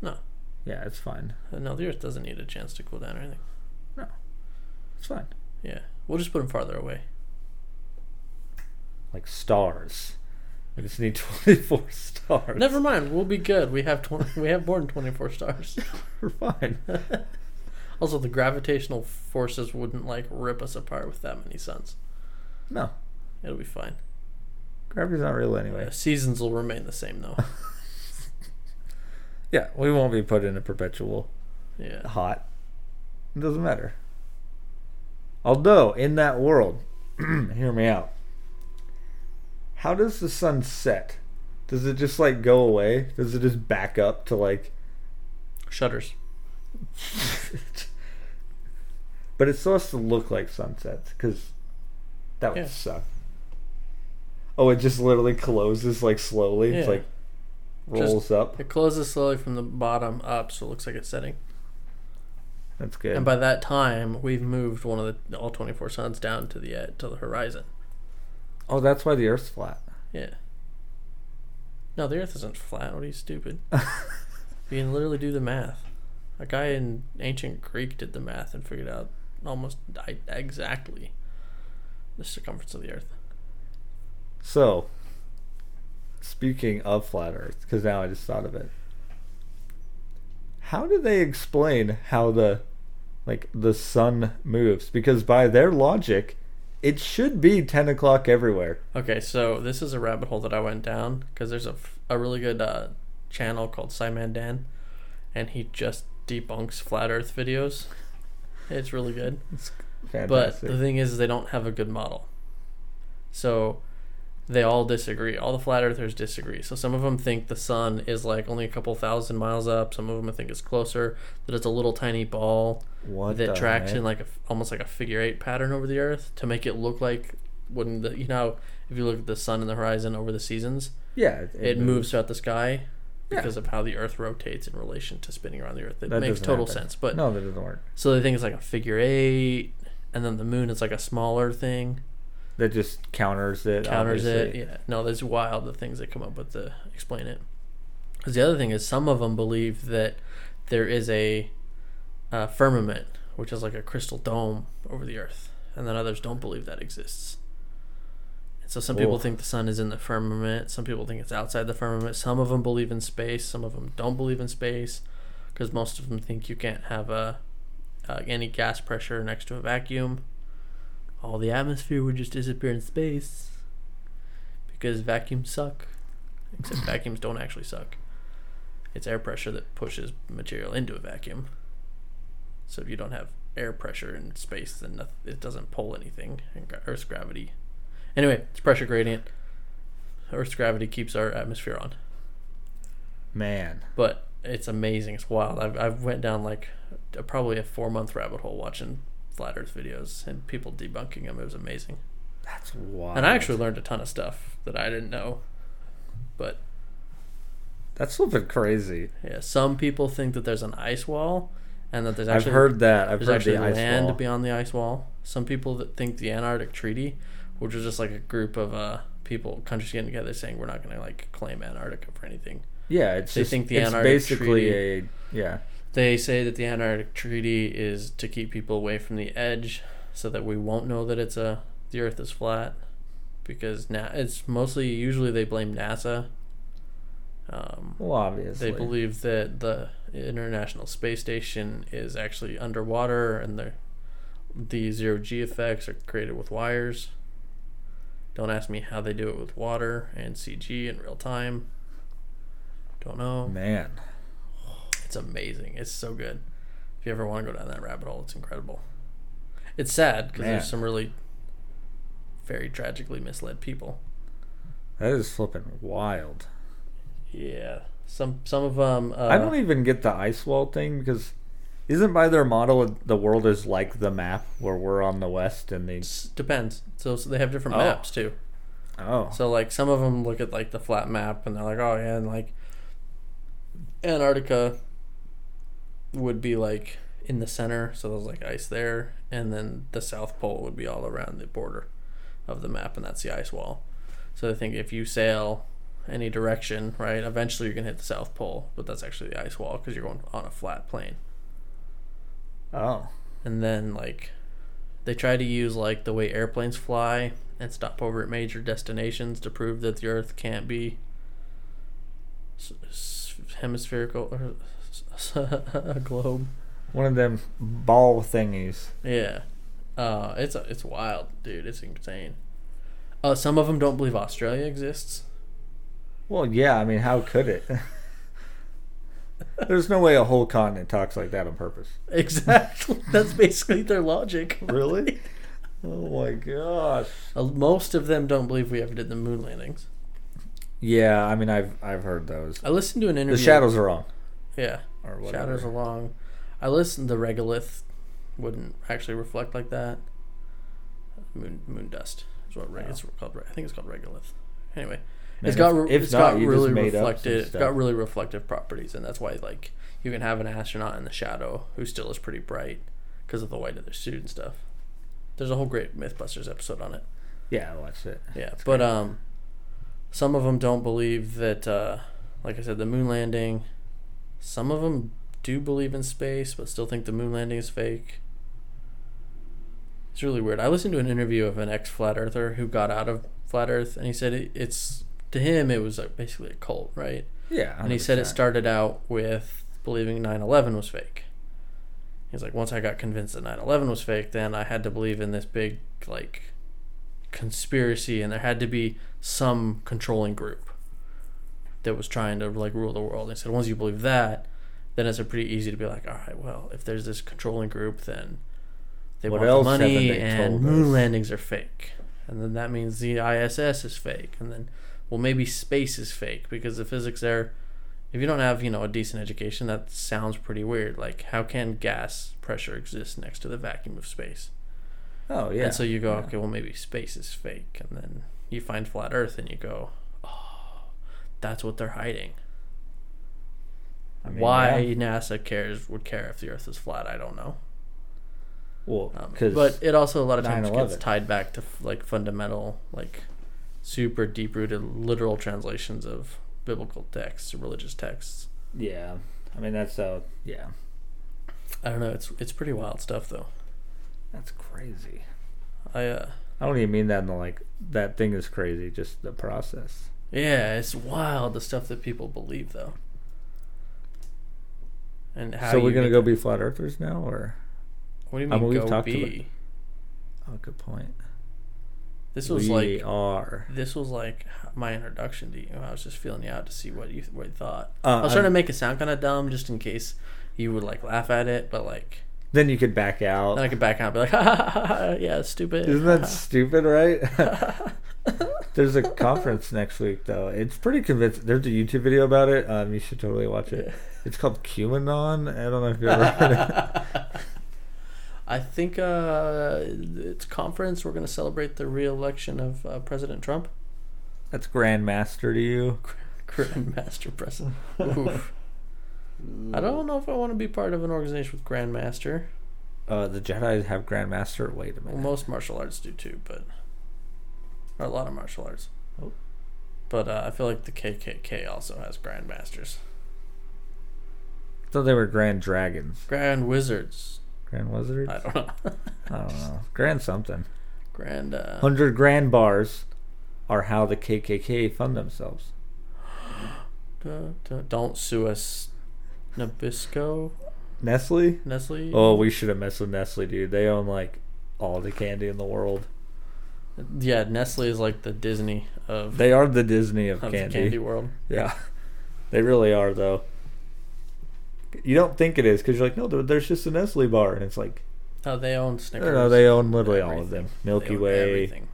S2: No.
S1: Yeah, it's fine.
S2: Uh, No, the Earth doesn't need a chance to cool down or anything.
S1: It's fine.
S2: Yeah, we'll just put them farther away.
S1: Like stars. We just need <laughs> 24 stars.
S2: Never mind, we'll be good. We have 20, <laughs> we have more than 24 stars.
S1: We're fine. <laughs>
S2: <laughs> Also, the gravitational forces wouldn't like rip us apart with that many suns.
S1: No.
S2: It'll be fine.
S1: Gravity's not real anyway.
S2: Uh, seasons will remain the
S1: <laughs>
S2: same though.
S1: Yeah, we won't be put in a perpetual
S2: Yeah.
S1: hot. It doesn't matter. Although, in that world, <clears throat> hear me out. How does the sun set? Does it just like go away? Does it just back up to like. <laughs>
S2: Shutters.
S1: but it's supposed to look like sunsets because that would
S2: Yeah.
S1: suck. Oh, it just literally closes like slowly. It's
S2: Yeah.
S1: like
S2: Just-
S1: rolls up.
S2: It closes slowly from the bottom up, so it looks like it's setting.
S1: That's good.
S2: And by that time, we've moved one of the all 24 suns down to the ed- to the horizon.
S1: oh, that's why the Earth's flat.
S2: Yeah. No, the Earth isn't flat. What are you stupid? you can literally do the math. A guy in ancient Greek did the math and figured out almost i- exactly the circumference of the Earth.
S1: So, speaking of flat Earth, because now I just thought of it. How do they explain how the, like the sun moves? Because by their logic, it should be ten o'clock everywhere.
S2: Okay, so this is a rabbit hole that I went down because there's a, f- a really good uh, channel called Simon Dan, and he just debunks flat Earth videos. It's really good. But
S1: Fantastic.
S2: the thing is, they don't have a good model. So they all disagree. All the flat earthers disagree. So some of them think the sun is like only a couple thousand miles up. Some of them think it's closer, that it's a little tiny ball
S1: what
S2: that
S1: the
S2: tracks
S1: heck?
S2: in like a, almost like a figure eight pattern over the earth to make it look like when the, you know, if you look at the sun and the horizon over the seasons,
S1: yeah,
S2: it moves throughout the sky
S1: Yeah.
S2: because of how the earth rotates in relation to spinning around the earth. It
S1: That
S2: makes
S1: doesn't
S2: total
S1: happen.
S2: sense. But
S1: No, that doesn't work.
S2: so they think it's like a figure eight, and then the moon is like a smaller thing,
S1: That just counters it.
S2: counters
S1: obviously.
S2: it. Yeah, no, that's wild. The things that come up with to explain it. 'Cause the other thing is, some of them believe that there is a uh, firmament, which is like a crystal dome over the Earth, and then others don't believe that exists. And so some people
S1: Oof.
S2: think the sun is in the firmament. Some people think it's outside the firmament. Some of them believe in space. Some of them don't believe in space, because most of them think you can't have a uh, any gas pressure next to a vacuum. All the atmosphere would just disappear in space because vacuums suck. Except vacuums don't actually suck. It's air pressure that pushes material into a vacuum. So if you don't have air pressure in space, then noth- it doesn't pull anything. And gra- Earth's gravity. Anyway, it's pressure gradient. Earth's gravity keeps our atmosphere on
S1: Man,
S2: but it's amazing. It's wild. I've I've went down like a, probably a four month rabbit hole watching flat Earth videos and people debunking them. It was amazing,
S1: that's wild.
S2: and I actually learned a ton of stuff that I didn't know. But
S1: that's something crazy.
S2: yeah, some people think that there's an ice wall, and that there's
S1: I've
S2: actually
S1: heard that. I've
S2: there's
S1: heard
S2: actually
S1: the ice
S2: land
S1: wall.
S2: beyond the ice wall. Some people that think the Antarctic Treaty, which was just like a group of uh people countries getting together saying we're not going to like claim Antarctica for anything.
S1: Yeah, it's
S2: They
S1: just
S2: think the
S1: it's
S2: Antarctic
S1: basically a yeah.
S2: They say that the Antarctic Treaty is to keep people away from the edge, so that we won't know that it's a the Earth is flat, because now it's mostly usually they blame NASA. Um,
S1: Well, obviously,
S2: they believe that the International Space Station is actually underwater, and the the zero G effects are created with wires. Don't ask me how they do it with water and CG in real time. Don't know.
S1: man.
S2: It's amazing. It's so good. If you ever want to go down that rabbit hole, it's incredible. It's sad because
S1: Man.
S2: there's some really very tragically misled people
S1: That is flipping wild.
S2: Yeah. Some some of them. Uh,
S1: I don't even get the ice wall thing because isn't by their model the world is like the map where we're on the west and the
S2: s- depends. So, so they have different
S1: Oh.
S2: maps too.
S1: oh
S2: So like some of them look at like the flat map and they're like, oh yeah, and like Antarctica would be like in the center, so there's like ice there, and then the South Pole would be all around the border of the map, and that's the ice wall. So I think if you sail any direction, right, eventually you're gonna hit the South Pole, but that's actually the ice wall because you're going on a flat plane
S1: oh
S2: and then like they try to use like the way airplanes fly and stop over at major destinations to prove that the earth can't be s- s- hemispherical or s- <laughs> a globe
S1: one of them ball thingies
S2: yeah uh, it's it's wild dude it's insane uh, some of them don't believe australia exists <laughs>
S1: well yeah i mean how could it <laughs> there's no way a whole continent talks like that on purpose
S2: exactly that's basically their logic
S1: really <laughs> oh my gosh
S2: Uh, most of them don't believe we ever did the moon landings
S1: yeah i mean i've i've heard those
S2: i listened to an interview
S1: the shadows are wrong
S2: yeah
S1: or whatever
S2: Shadows along. I listened to regolith wouldn't actually reflect like that. Moon moon dust is what reg-
S1: Oh.
S2: it's called. re- I think it's called regolith. Anyway,
S1: Man,
S2: it's got
S1: if-
S2: re-
S1: if
S2: it's
S1: not,
S2: got
S1: you just
S2: really
S1: made up some
S2: reflective. It's
S1: stuff.
S2: got really reflective properties, and that's why like you can have an astronaut in the shadow who still is pretty bright because of the white of their suit and stuff. There's a whole great MythBusters episode on it.
S1: yeah i watched it
S2: Yeah, but um, some of them don't believe that. Uh, like I said, the moon landing. Some of them do believe in space, but still think the moon landing is fake. It's really weird. I listened to an interview of an ex flat earther who got out of flat Earth, and he said it, it's to him it was like basically a cult, right?
S1: yeah
S2: And he said it
S1: 100%.
S2: started out with believing 9 11 was fake. He's like, once I got convinced that 9 11 was fake, then I had to believe in this big, like, conspiracy, and there had to be some controlling group that was trying to, like, rule the world. And he said, once you believe that, then it's a pretty easy to be like, all right, well, if there's this controlling group, then they
S1: What
S2: want
S1: else
S2: the
S1: haven't
S2: money,
S1: they told
S2: and moon
S1: us?
S2: landings are fake. And then that means the ISS is fake. And then, well, maybe space is fake because the physics there if you don't have you know a decent education that sounds pretty weird like how can gas pressure exist next to the vacuum of space
S1: oh yeah
S2: and so you go
S1: yeah.
S2: okay well maybe space is fake and then you find flat earth and you go oh that's what they're hiding
S1: I mean,
S2: why
S1: yeah.
S2: nasa cares would care if the earth is flat i don't know
S1: well
S2: um,
S1: 'cause-
S2: but it also a lot of times
S1: 9/11.
S2: gets tied back to like fundamental like super deep-rooted literal translations of biblical texts religious texts
S1: yeah i mean that's how yeah
S2: i don't know it's it's pretty wild stuff though
S1: that's crazy
S2: i uh
S1: I don't even mean that in the like that thing is crazy, just the process.
S2: Yeah, it's wild the stuff that people believe though. And how
S1: so we're
S2: you
S1: gonna
S2: get
S1: go
S2: the-
S1: be flat earthers now or
S2: What do you
S1: I
S2: mean
S1: mean, we've
S2: go
S1: talked
S2: be?
S1: about- Oh good point.
S2: This was
S1: we
S2: like
S1: are.
S2: this was like my introduction to you. I was just feeling you out to see what you what you thought.
S1: Uh,
S2: I was trying to
S1: I'm-
S2: make it sound kind of dumb just in case you would like laugh at it, but like
S1: Then you could back out.
S2: then I could back out and be like, <laughs> ha, ha, ha, ha, yeah, it's stupid.
S1: Isn't
S2: <laughs>
S1: that stupid, right? <laughs> There's a conference next week though. It's pretty convincing. There's a YouTube video about it. Um, you should totally watch it. It's called QAnon. I don't know if you ever heard of
S2: <laughs>
S1: it.
S2: I think uh, it's conference. We're going to celebrate the re-election of uh, President Trump. <laughs>
S1: That's Grandmaster to you.
S2: Grandmaster President.
S1: <laughs>
S2: Oof. I don't know if I want to be part of an organization with Grandmaster.
S1: Uh, the Jedi have Grandmaster. Wait a
S2: Well,
S1: minute.
S2: most martial arts do too, but or a lot of martial arts.
S1: Oh.
S2: But uh, I feel like the KKK also has Grandmasters,
S1: I thought they were Grand Dragons.
S2: Grand Wizards.
S1: Grand Wizards.
S2: I don't know. <laughs>
S1: I don't know. Grand something.
S2: Grand. Uh,
S1: 100 grand bars are how the KKK fund themselves.
S2: duh, duh, don't sue us, Nabisco,
S1: Nestle?
S2: Nestle.
S1: Oh, we should have messed with Nestle, dude. They own like all the candy in the world.
S2: Yeah, Nestle is like the Disney of,
S1: They are the Disney of,
S2: of the
S1: candy.
S2: candy world.
S1: Yeah. They really are, though. You don't think it is because you're like, no, there- there's just a Nestle bar. And it's like,
S2: Oh, they own
S1: no,
S2: Snickers.
S1: no, they own literally all of
S2: Everything.
S1: them
S2: They
S1: Milky
S2: own
S1: Way,
S2: everything.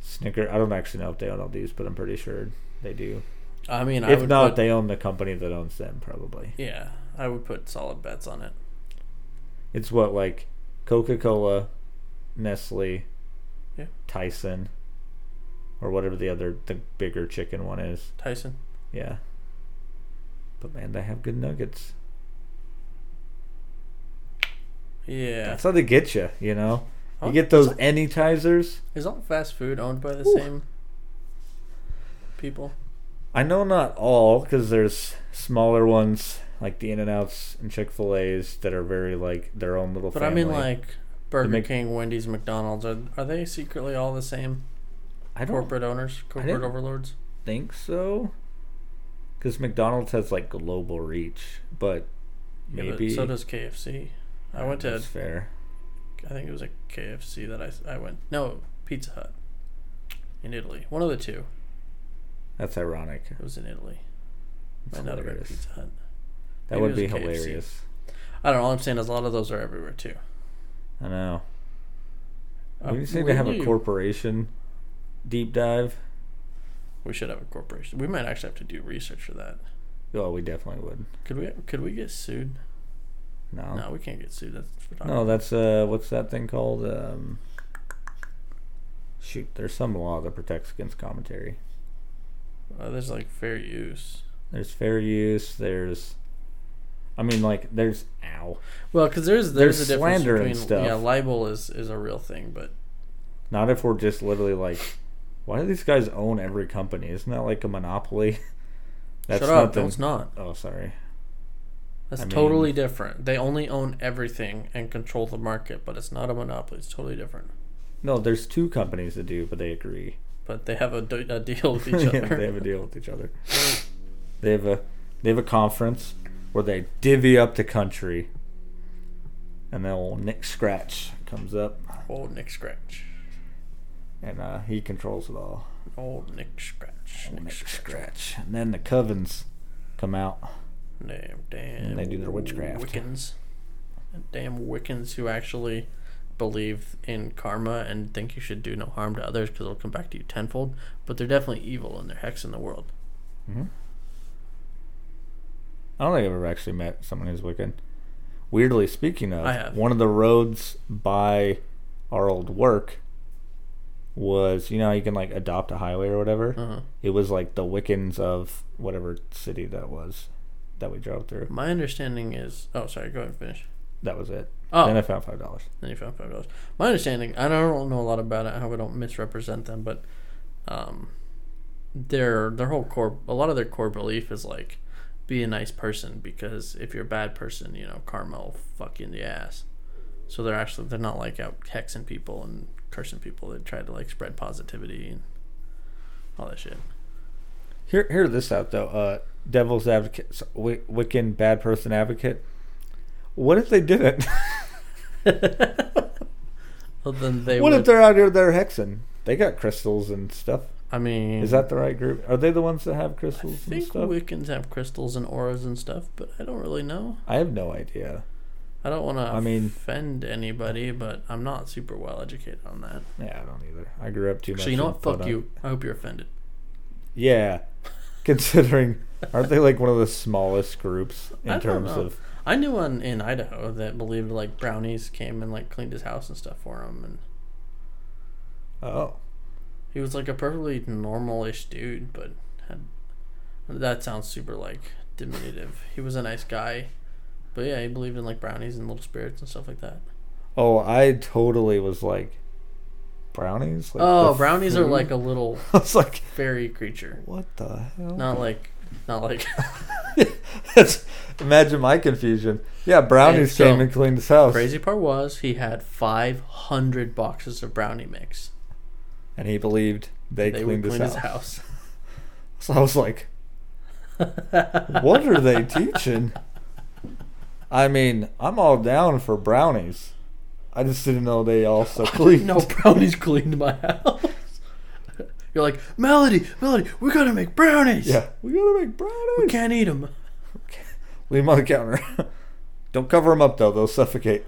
S1: Snicker. I don't actually know if they own all these, but I'm pretty sure they do.
S2: I mean, I
S1: if
S2: would
S1: not,
S2: put,
S1: they own the company that owns them, probably.
S2: yeah, I would put solid bets on it.
S1: It's what like Coca Cola, Nestle,
S2: Yeah.
S1: Tyson, or whatever the other the bigger chicken one is.
S2: Tyson.
S1: Yeah. But man, they have good nuggets.
S2: Yeah.
S1: That's how they get you. You know,
S2: Huh?
S1: you get those anytizers.
S2: Is all fast food owned by the
S1: Ooh.
S2: same people?
S1: I know not all because there's smaller ones like the In and Outs and Chick Fil A's that are very like their own little.
S2: But
S1: family.
S2: I mean, like Burger
S1: Mc-
S2: King, Wendy's, McDonald's. Are are they secretly all the same
S1: I don't
S2: corporate owners, corporate
S1: didn't-
S2: overlords?
S1: think so. Because McDonald's has like global reach, but
S2: Yeah, but
S1: maybe
S2: so does KFC. I went to
S1: that's fair.
S2: I think it was a KFC that I I went no Pizza Hut in Italy. One of the two.
S1: That's ironic.
S2: It was in Italy.
S1: It's
S2: Might not have been
S1: hilarious.
S2: Pizza Hut.
S1: That
S2: Maybe
S1: would be
S2: it was KFC.
S1: hilarious.
S2: I don't know. All I'm saying is a lot of those are everywhere too.
S1: I know.
S2: Uh,
S1: we just need to have a
S2: really-
S1: corporation deep dive.
S2: We should have a corporation. We might actually have to do research for that.
S1: Oh, we definitely would.
S2: Could we? Could we get sued?
S1: No.
S2: No, we can't get sued. That's
S1: No, that's uh, what's that thing called? Um, shoot, there's some law that protects against commentary.
S2: Uh, there's like fair use.
S1: There's fair use. There's, I mean, like there's ow,
S2: Well, because there's there's,
S1: There's
S2: a difference
S1: slander and
S2: between
S1: stuff.
S2: yeah, libel is is a real thing, but
S1: Not if we're just literally like, why do these guys own every company? Isn't that like a monopoly? <laughs>
S2: shut up,
S1: the-
S2: no, it's not.
S1: Oh, sorry.
S2: That's
S1: I mean-
S2: totally different. They only own everything and control the market, but it's not a monopoly. It's totally different.
S1: No, there's two companies that do, but they agree.
S2: But they have a, d- a
S1: <laughs>
S2: deal with each
S1: Yeah,
S2: other.
S1: they have a deal with each other. They have a they have a conference where they divvy up the country, and then old Nick Scratch comes up,
S2: <laughs> Old Nick Scratch.
S1: and uh, he controls it all.
S2: Old Nick Scratch. Nick
S1: Nick
S2: Scratch.
S1: Scratch, and then the covens come out.
S2: Damn, damn.
S1: they do their witchcraft.
S2: Wiccans. Damn Wiccans who actually believe in karma and think you should do no harm to others because it'll come back to you tenfold. But they're definitely evil and they're hexing the world.
S1: Mm-hmm. I don't think I've ever actually met someone who's Wiccan. Weirdly speaking of,
S2: I have.
S1: one of the roads by our old work was, you know, how you can like adopt a highway or whatever.
S2: Uh-huh.
S1: It was like the Wiccans of whatever city that was that we drove through.
S2: My understanding is. Oh, sorry. Go ahead and finish.
S1: That was it.
S2: Oh,
S1: Then I found five dollars.
S2: Then you found five dollars. My understanding, I don't know a lot about it. I hope I don't misrepresent them, but um, their their whole core, a lot of their core belief is like, be a nice person because if you're a bad person, you know karma will fuck you in the ass. So they're actually they're not like out hexing people and cursing people. They try to like spread positivity and all that shit. <laughs>
S1: Here, hear this out though. Uh, devil's advocate, s- Wic- Wiccan bad person advocate. What if they didn't?
S2: Well, then <laughs> they
S1: what
S2: would.
S1: if they're out here they're hexing? They got crystals and stuff.
S2: I mean,
S1: Is that the right group? Are they the ones that have
S2: I
S1: crystals and
S2: think
S1: stuff?
S2: Wiccans have crystals and auras and stuff, but I don't really know.
S1: I have no idea.
S2: I don't want to
S1: I mean-
S2: offend anybody, but I'm not super well educated on that.
S1: Yeah, I don't either. I grew up too much.
S2: So you know
S1: in
S2: what? Fuck
S1: Podunk.
S2: you. I hope you're offended.
S1: Yeah, <laughs> considering aren't they like one of the smallest groups in
S2: I don't
S1: terms
S2: know.
S1: of?
S2: I knew one in Idaho that believed like brownies came and like cleaned his house and stuff for him, and
S1: Oh,
S2: he was like a perfectly normal-ish dude, but had, that sounds super like diminutive. He was a nice guy, but yeah, he believed in like brownies and little spirits and stuff like that.
S1: oh, I totally was like brownies. Like
S2: oh,
S1: the
S2: brownies are
S1: food?
S2: like a little
S1: <laughs> I was like,
S2: fairy creature,
S1: what the hell?
S2: not like, not like.
S1: <laughs> That's- Imagine my confusion. Yeah, brownies
S2: so-
S1: came and cleaned his house,
S2: Crazy part was he had 500 boxes of brownie mix.
S1: and he believed they,
S2: They would
S1: cleaned his,
S2: clean his
S1: house.
S2: house.
S1: So I was like, <laughs> what are
S2: <laughs>
S1: they teaching? I mean, I'm all down for brownies. I just didn't know they also cleaned.
S2: <laughs> no brownies cleaned my house. <laughs> You're like, Melody, Melody, we're gonna make brownies.
S1: <laughs> Yeah, we gotta make brownies.
S2: We can't eat them.
S1: <laughs> Leave them on the counter. Don't cover them up though; they'll suffocate.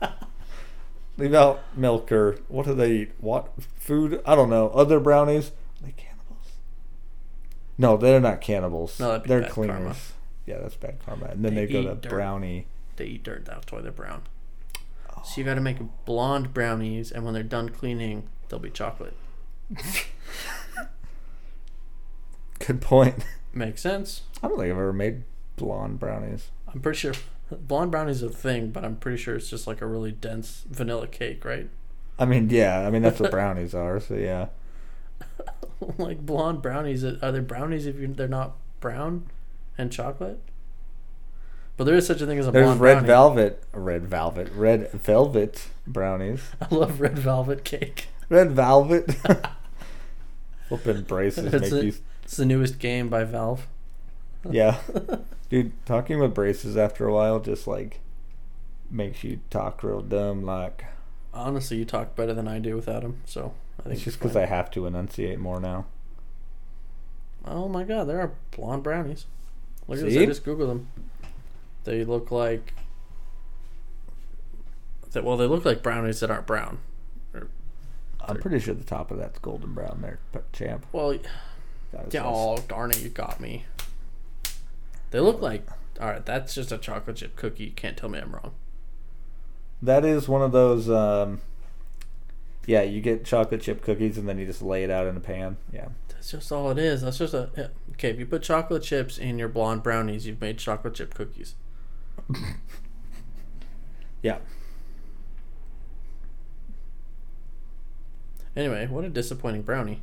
S1: <laughs> Leave out milk or what do they eat? What food? I don't know. Other brownies? Are they cannibals? No, they're not cannibals.
S2: No, that'd be
S1: they're
S2: bad
S1: cleaners.
S2: karma.
S1: Yeah, that's bad karma. And then
S2: They
S1: they, go
S2: eat
S1: to
S2: dirt.
S1: brownie.
S2: <laughs> They eat dirt. That's why they're brown. So you got to make blonde brownies, and when they're done cleaning, they'll be chocolate.
S1: Good point. <laughs>
S2: Makes sense.
S1: I don't think I've ever made blonde brownies.
S2: I'm pretty sure blonde brownies is a thing, but I'm pretty sure it's just like a really dense vanilla cake, right?
S1: I mean, yeah. I mean, that's
S2: <laughs>
S1: what brownies are. So yeah.
S2: like blonde brownies are there brownies if you, they're not brown and chocolate? But there is such a thing as a
S1: There's
S2: blonde
S1: red
S2: brownie.
S1: velvet, red velvet, red velvet brownies.
S2: <laughs> I love red velvet cake.
S1: Red velvet. <laughs> Flipping braces
S2: That's
S1: make
S2: it.
S1: you
S2: It's the newest game by Valve. <laughs>
S1: Yeah. Dude, talking with braces after a while just like makes you talk real dumb. Like,
S2: Honestly, you talk better than I do without him, so I think
S1: it's just
S2: you're
S1: because I
S2: fine.
S1: have to enunciate more now.
S2: Oh my god, there are blonde brownies. Look at
S1: See?
S2: this. I just googled them. They look like. That well, they look like brownies that aren't brown.
S1: I'm pretty sure the top of that's golden brown there, but champ.
S2: Well,
S1: That is
S2: yeah.
S1: nice.
S2: Oh darn it, you got me. They look like. All right, that's just a chocolate chip cookie. You can't tell me I'm wrong.
S1: That is one of those. Um, yeah, you get chocolate chip cookies and then you just lay it out in a pan. Yeah.
S2: That's just all it is. That's just a yeah. okay. If you put chocolate chips in your blonde brownies, you've made chocolate chip cookies.
S1: Yeah.
S2: Anyway, what a disappointing brownie.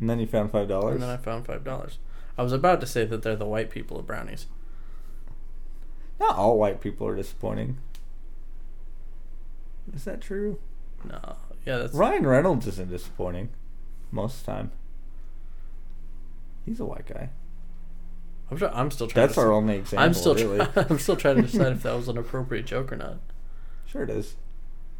S1: And then you found five dollars.
S2: And then I found five dollars. I was about to say that they're the white people of brownies.
S1: Not all white people are disappointing. Is that true?
S2: No, yeah, that's
S1: Ryan Reynolds isn't disappointing most of the time. He's a white guy.
S2: I'm, try- I'm still trying.
S1: That's
S2: to
S1: our
S2: s-
S1: only example.
S2: I'm still.
S1: really.
S2: Try- <laughs> I'm still trying to decide if that was an appropriate joke or not.
S1: <laughs> sure it is.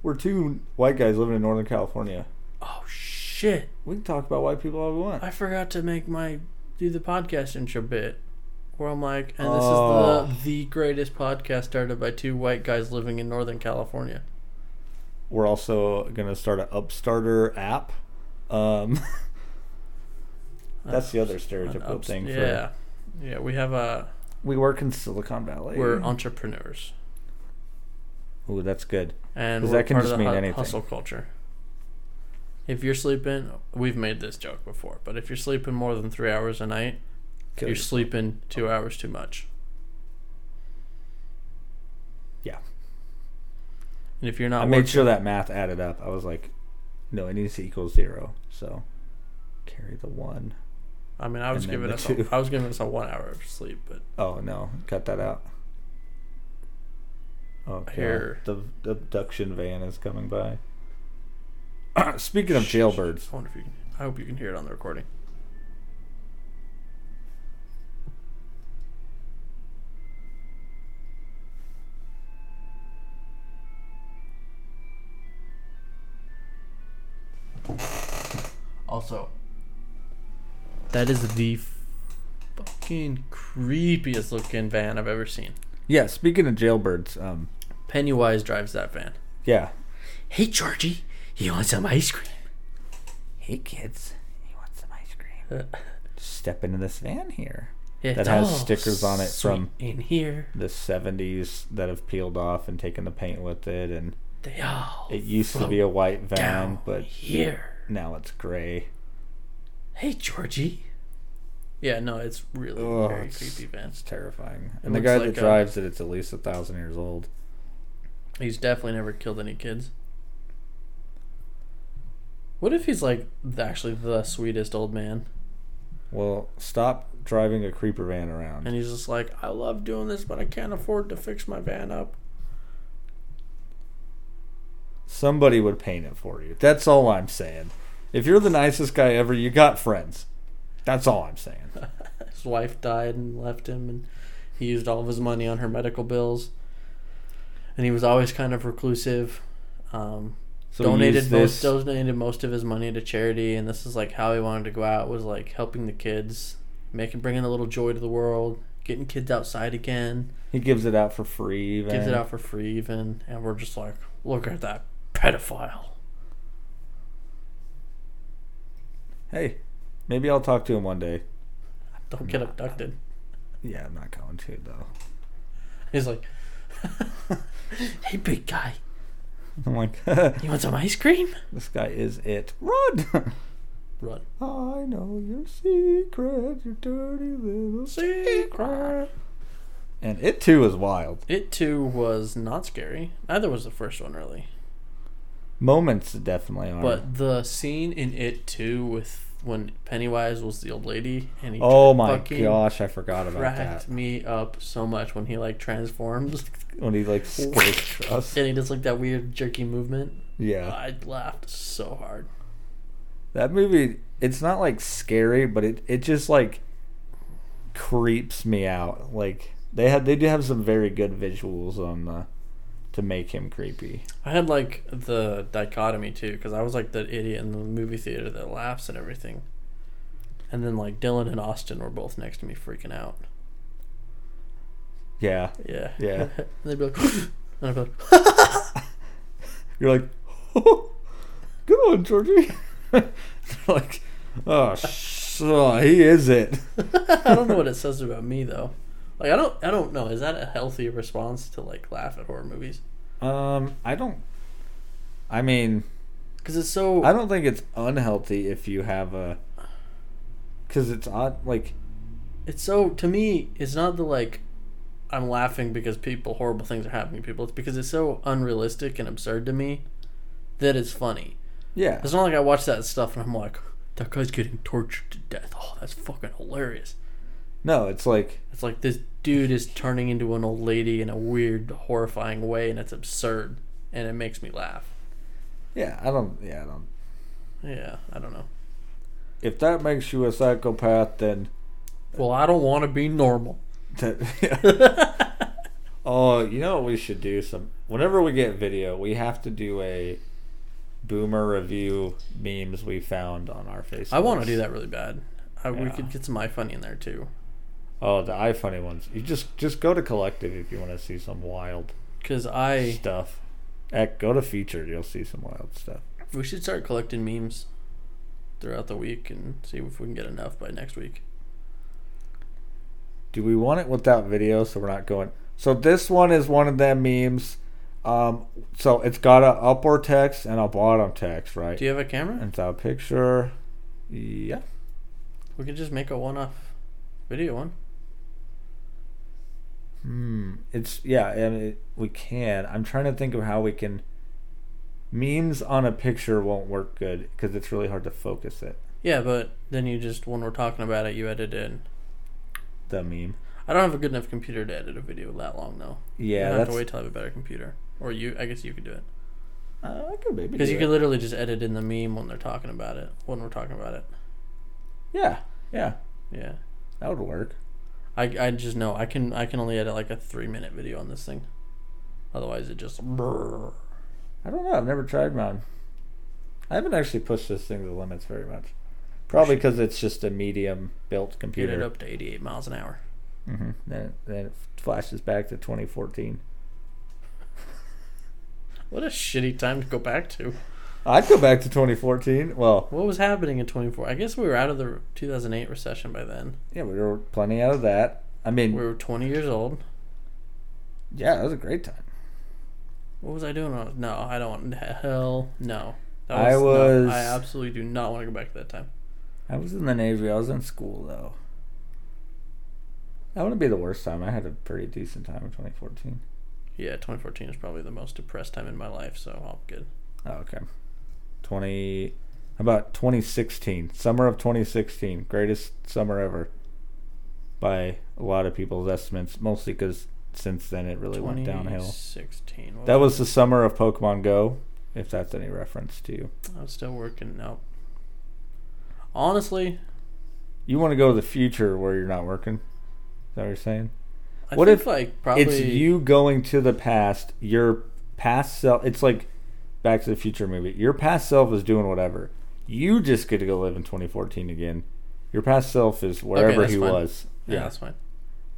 S1: We're two white guys living in Northern California.
S2: Oh shit!
S1: We can talk about white people all we want.
S2: I forgot to make my do the podcast intro bit, where I'm like, and this
S1: Oh.
S2: is the the greatest podcast started by two white guys living in Northern California.
S1: We're also gonna start an Upstarter app. Um, <laughs> that's the other
S2: An
S1: stereotypical
S2: ups-
S1: thing. For,
S2: yeah, yeah. We have a
S1: we work in Silicon Valley.
S2: we're entrepreneurs,
S1: Ooh, that's good.
S2: and
S1: 'Cause
S2: we're
S1: that can
S2: part
S1: just
S2: of the
S1: mean
S2: hu-
S1: anything.
S2: hustle culture. If you're sleeping, we've made this joke before, but if you're sleeping more than three hours a night,
S1: Kill
S2: You're
S1: you.
S2: sleeping two hours too much.
S1: Yeah.
S2: And if you're not
S1: I
S2: working,
S1: made sure that math added up. I was like, no, it needs to equal zero. So carry the one.
S2: I mean, I was
S1: and then
S2: giving
S1: the
S2: us
S1: two.
S2: a, I was giving us a one hour of sleep, but
S1: Oh no, cut that out. Oh, God.
S2: Here.
S1: the the abduction van is coming by. <coughs> Speaking of jailbirds,
S2: I wonder if you can. I hope you can hear it on the recording. Also, that is the fucking creepiest looking van I've ever seen.
S1: yeah. Speaking of jailbirds, um,
S2: Pennywise drives that van.
S1: yeah.
S2: Hey, Georgie, you want some ice <laughs> cream?
S1: Hey kids, you want some ice cream? Step into this van here.
S2: It's
S1: That has
S2: all
S1: stickers on it from-
S2: sweet in here.
S1: The '70s that have peeled off and taken the paint with it, and
S2: They all
S1: it used to be a white van,
S2: down
S1: but
S2: here.
S1: now it's gray.
S2: Hey, Georgie. Yeah, no, it's really
S1: Ugh,
S2: very
S1: it's-
S2: creepy van.
S1: It's terrifying. And the
S2: looks
S1: guy
S2: like uh,
S1: that
S2: a-
S1: drives it, it's at least a thousand years old.
S2: He's definitely never killed any kids. What if he's like th- actually the sweetest old man,
S1: Well, stop driving a creeper van around.
S2: and he's just like, I love doing this, but I can't afford to fix my van up.
S1: Somebody would paint it for you. That's all I'm saying. If you're the nicest guy ever, you got friends. That's all I'm
S2: <laughs>
S1: saying.
S2: His wife died and left him, and he used all of his money on her medical bills. And he was always kind of reclusive. Um,
S1: So
S2: donated
S1: use
S2: most
S1: this.
S2: donated most of his money to charity, and this is like how he wanted to go out was like helping the kids, making bringing a little joy to the world, getting kids outside again,
S1: He gives it out for free. Even.
S2: gives it out for free even, and we're just like, look at that pedophile.
S1: Hey, maybe I'll talk to him one day.
S2: Don't get abducted.
S1: Yeah, I'm not going to though. <laughs>
S2: He's like, <laughs> hey, big guy,
S1: I'm like, <laughs>
S2: you want some ice cream?
S1: this guy is it. Run! <laughs>
S2: Run.
S1: I know your secret, your dirty little secret. And it too is wild.
S2: It too was not scary. Neither was the first one really.
S1: Moments definitely are.
S2: But the scene in It too with when Pennywise was the old lady and he
S1: oh my
S2: fucking
S1: gosh, I forgot about
S2: cracked
S1: that.
S2: me up so much when he like transforms <laughs>
S1: When he like scares us.
S2: and he does like that weird jerky movement.
S1: Yeah.
S2: I laughed so hard.
S1: That movie, it's not like scary, but it, it just like creeps me out. Like they had they do have some very good visuals on the to make him creepy.
S2: I had like the dichotomy too, because I was like that idiot in the movie theater that laughs at everything. And then like Dylan and Austin were both next to me freaking out.
S1: Yeah.
S2: Yeah.
S1: Yeah.
S2: <laughs> and they'd be like, <gasps> and I'd be like, <laughs>
S1: You're like, <laughs> oh, good on, Georgie. <laughs> They're like, oh, sh- oh, he is it. <laughs>
S2: <laughs> I don't know what it says about me though. Like I don't, I don't know. Is that a healthy response to like laugh at horror movies?
S1: Um, I don't. I mean,
S2: Because it's so.
S1: I don't think it's unhealthy if you have a. Because it's odd. Like,
S2: It's so to me. It's not the like. I'm laughing because people horrible things are happening to people. It's because it's so unrealistic and absurd to me that it's funny.
S1: yeah.
S2: It's not like I watch that stuff and I'm like, that guy's getting tortured to death. Oh, that's fucking hilarious.
S1: No, it's like,
S2: It's like this dude is turning into an old lady in a weird, horrifying way, and it's absurd, and it makes me laugh.
S1: yeah, I don't. Yeah, I don't.
S2: Yeah, I don't know.
S1: If that makes you a psychopath, then.
S2: Well, I don't want to be normal.
S1: <laughs> That, oh, you know what we should do? Some whenever we get video, we have to do a boomer review memes we found on our Facebook.
S2: I want to do that really bad. I, We
S1: Yeah.
S2: could get some iFunny in there too.
S1: Oh, the iFunny ones. You just just go to collective if you want to see some wild
S2: Cause I
S1: stuff. Heck, go to featured, you'll see some wild stuff.
S2: we should start collecting memes throughout the week and see if we can get enough by next week.
S1: Do we want it without video? So we're not going. So this one is one of them memes. Um, so it's got a upper text and a bottom text, right?
S2: Do you have a camera?
S1: And so picture. Yeah.
S2: We could just make a one-off video one.
S1: Hmm. It's yeah, and it, we can. I'm trying to think of how we can. Memes on a picture won't work good because it's really hard to focus it.
S2: Yeah, but then you just when we're talking about it, you edit in.
S1: The meme.
S2: I don't have a good enough computer to edit a video that long though. I
S1: Yeah,
S2: have to
S1: that's.
S2: wait till I have a better computer, or you. I guess you could do it
S1: Uh, I could maybe.
S2: because
S1: do
S2: you
S1: it.
S2: could literally just edit in the meme when they're talking about it. When we're talking about it,
S1: Yeah, yeah,
S2: yeah.
S1: that would work.
S2: I, I just know I can I can only edit like a three minute video on this thing, otherwise it just brrr.
S1: I don't know. I've never tried mine. I haven't actually pushed this thing to the limits very much. Probably because it's just a medium built
S2: get it
S1: computer.
S2: up to eighty eight miles an hour.
S1: hmm Then, it, then it flashes back to 2014.
S2: What a shitty time to go back to.
S1: I'd go back to 2014. Well,
S2: What was happening in twenty four? I guess we were out of the two thousand eight recession by then.
S1: yeah, we were plenty out of that. I mean,
S2: We were twenty years old.
S1: yeah, that was a great time.
S2: What was I doing? when I was- No, I don't want. Hell no. That
S1: I
S2: no,
S1: was-
S2: I absolutely do not want to go back to that time.
S1: I was in the Navy. I was in school though. That wouldn't be the worst time. I had a pretty decent time in 2014.
S2: Yeah, 2014 is probably the most depressed time in my life, so I'm good.
S1: Oh, okay. 20 how about 2016, summer of 2016, greatest summer ever by a lot of people's estimates, mostly cuz since then it really went downhill.
S2: 2016. what
S1: That was the summer of Pokemon Go, if that's any reference to you.
S2: I'm still working. No. Honestly,
S1: You want to go to the future where you're not working? Is that what you're saying?
S2: I
S1: What
S2: think
S1: if
S2: like probably
S1: It's you going to the past. Your past self. It's like Back to the Future movie. Your past self is doing whatever. You just get to go live in 2014 again. Your past self is wherever
S2: that's
S1: he
S2: fine.
S1: was.
S2: Yeah,
S1: Yeah.
S2: that's fine.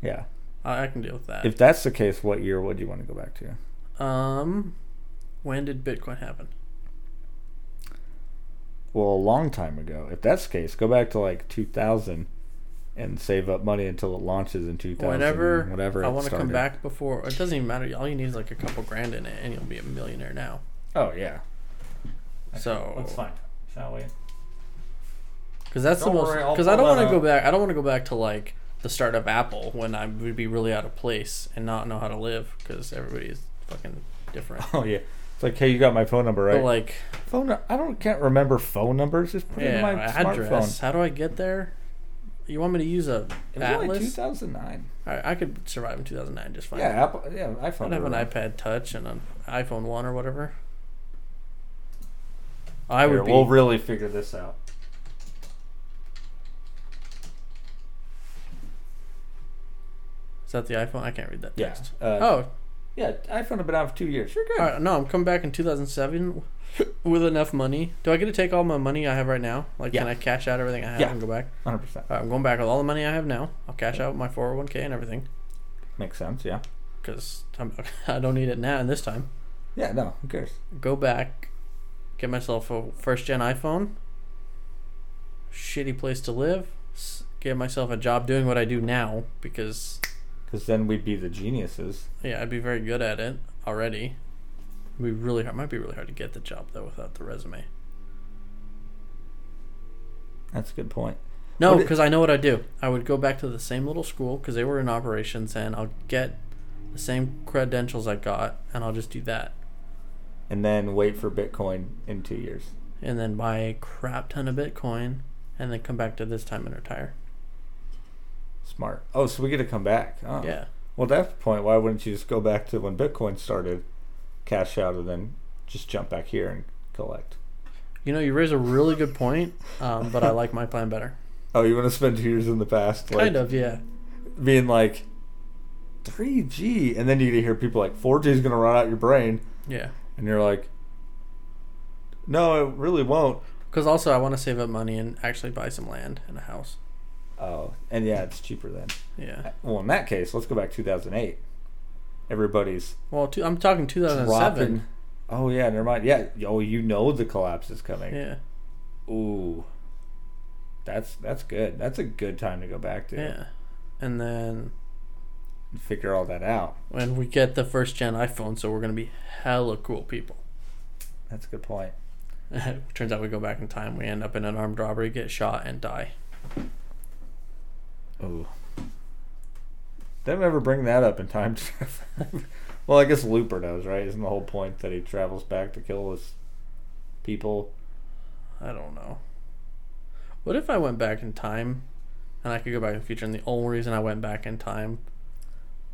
S1: Yeah.
S2: I, I can deal with that.
S1: If that's the case, what year would you want to go back to?
S2: um, when did Bitcoin happen?
S1: Well, a long time ago. If that's the case, go back to like 2000 and save up money until it launches in 2000.
S2: Whenever
S1: whatever
S2: I
S1: it
S2: want to come
S1: started.
S2: back before it doesn't even matter. All you need is like a couple grand in it, and you'll be a millionaire now.
S1: Oh yeah.
S2: So
S1: fine. Shall
S2: <laughs>
S1: we?
S2: Because that's
S1: Don't
S2: the most.
S1: worry, I'll
S2: Because I
S1: pull
S2: don't
S1: that
S2: want to go
S1: out.
S2: back. I don't want to go back to like the start of Apple when I would be really out of place and not know how to live because everybody is fucking
S1: <laughs>
S2: different.
S1: Oh yeah. It's like, hey, you got my phone number right?
S2: But like,
S1: phone. nu- I don't can't remember phone numbers. Just put it in
S2: yeah,
S1: my smartphone.
S2: address. How do I get there? You want me to use a
S1: It was only
S2: atlas?
S1: 2009.
S2: I, I could survive in 2009 just fine.
S1: Yeah, Apple. Yeah, iPhone.
S2: I'd have an
S1: around.
S2: iPad Touch and an iPhone One or whatever. I
S1: Here,
S2: would be.
S1: We'll really figure this out.
S2: is that the iPhone? I can't read that
S1: Yeah.
S2: text.
S1: Uh,
S2: Oh,
S1: Yeah, iPhone have been out for two years. You're good.
S2: All right, no, I'm coming back in 2007 <laughs> with enough money. Do I get to take all my money I have right now? Like, can
S1: Yeah.
S2: I cash out everything I have
S1: Yeah.
S2: and go back?
S1: 100%.
S2: All right, I'm going back with all the money I have now. I'll cash out my 401k and everything
S1: Makes sense, yeah.
S2: because <laughs> I don't need it now and this time.
S1: Yeah, no, who cares?
S2: Go back, get myself a first gen iPhone, shitty place to live, s- get myself a job doing what I do now because,
S1: Because then we'd be the geniuses.
S2: yeah, I'd be very good at it already. It'd be really hard. Might be really hard to get the job though without the resume.
S1: That's a good point.
S2: No,
S1: What it-
S2: because I know what I do. I would go back to the same little school because they were in operations, and I'll get the same credentials I got, and I'll just do that,
S1: And then wait for Bitcoin in two years.
S2: and then buy a crap ton of Bitcoin, and then come back to this time and retire.
S1: Smart. Oh, so we get to come back. Oh.
S2: Yeah,
S1: Well, at that point, why wouldn't you just go back to when Bitcoin started, cash out, and then just jump back here and collect?
S2: you know, you raise a really good point, um, but I like my plan better.
S1: Oh, you want to spend two years in the past? Like,
S2: kind of, yeah.
S1: Being like, 3G. And then you hear people like, 4G is going to run out your brain.
S2: Yeah,
S1: And you're like, no, it really won't.
S2: because also I want to save up money and actually buy some land and a house.
S1: Oh, and yeah, it's cheaper then.
S2: Yeah.
S1: Well, in that case, let's go back 2008. Everybody's
S2: Well, two, I'm talking 2007.
S1: dropping. Oh yeah, never mind. Yeah. Oh, you know the collapse is coming.
S2: Yeah,
S1: Ooh, that's that's good. That's a good time to go back to
S2: yeah, and then
S1: and figure all that out.
S2: when we get the first gen iPhone, so we're gonna be hella cool people. <laughs>
S1: That's a good point.
S2: Turns out we go back in time. We end up in an armed robbery, get shot, and die.
S1: Ooh. Did I ever bring that up in time travel? <laughs> well, I guess Looper does, right? Isn't the whole point that he travels back to kill his people? <laughs>
S2: I don't know. What if I went back in time, and I could go back in the future, and the only reason I went back in time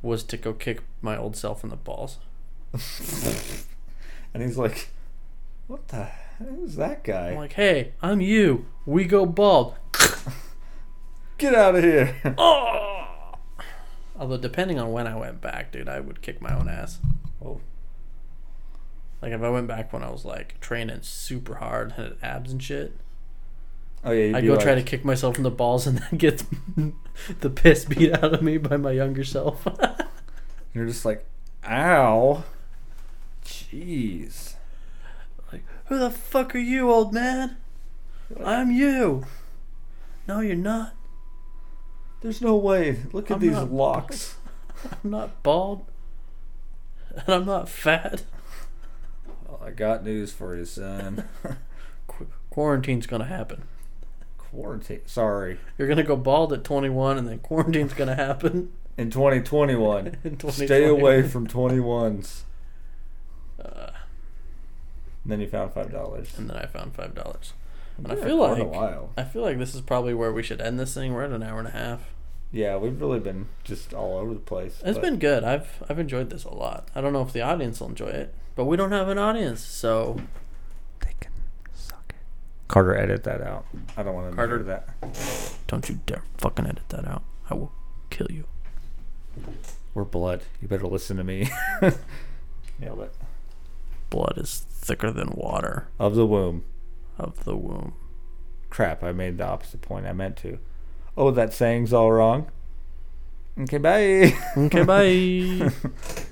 S2: was to go kick my old self in the balls?
S1: And he's like, "What the? Who's that guy?
S2: I'm like, hey, I'm you. We go bald.
S1: Get out of
S2: <laughs>
S1: here!"
S2: Oh! Although depending on when I went back, dude, I would kick my own ass.
S1: oh,
S2: Like if I went back when I was like training super hard, had abs and shit,
S1: oh yeah. you'd
S2: I
S1: be
S2: go
S1: like-
S2: try to kick myself in the balls and then <laughs> get the piss beat out of me by my younger self. <laughs>
S1: You're just like, "Ow, jeez."
S2: Who the fuck are you, old man? I'm you. No, you're not.
S1: There's no way. Look at
S2: I'm
S1: these
S2: not-
S1: locks.
S2: I'm not bald. And I'm not fat.
S1: Well, I got news for you, son.
S2: Qu- quarantine's gonna happen.
S1: Quarantine. Sorry.
S2: You're gonna go bald at 21, and then quarantine's gonna happen.
S1: In 2021,
S2: <laughs> In
S1: stay
S2: 2020.
S1: away from 21s.
S2: Uh,
S1: And then you found five dollars.
S2: and then I found five dollars. And I
S1: Yeah,
S2: feel
S1: quite a
S2: like-
S1: while.
S2: I feel like this is probably where we should end this thing. We're at an hour and a half.
S1: Yeah, we've really been just all over the place.
S2: It's
S1: but
S2: been good. I've I've enjoyed this a lot. I don't know if the audience will enjoy it, but we don't have an audience, so they can suck it.
S1: Carter, edit that out. I don't want to
S2: Carter.
S1: Carter that.
S2: Don't you dare fucking edit that out. I will kill you.
S1: We're blood. You better listen to me. <laughs> Nailed it.
S2: Blood is thicker than water
S1: Of the womb.
S2: of the womb.
S1: Crap, I made the opposite point I meant to. Oh, that saying's all wrong.
S3: Okay, bye.
S1: <laughs> Okay, bye.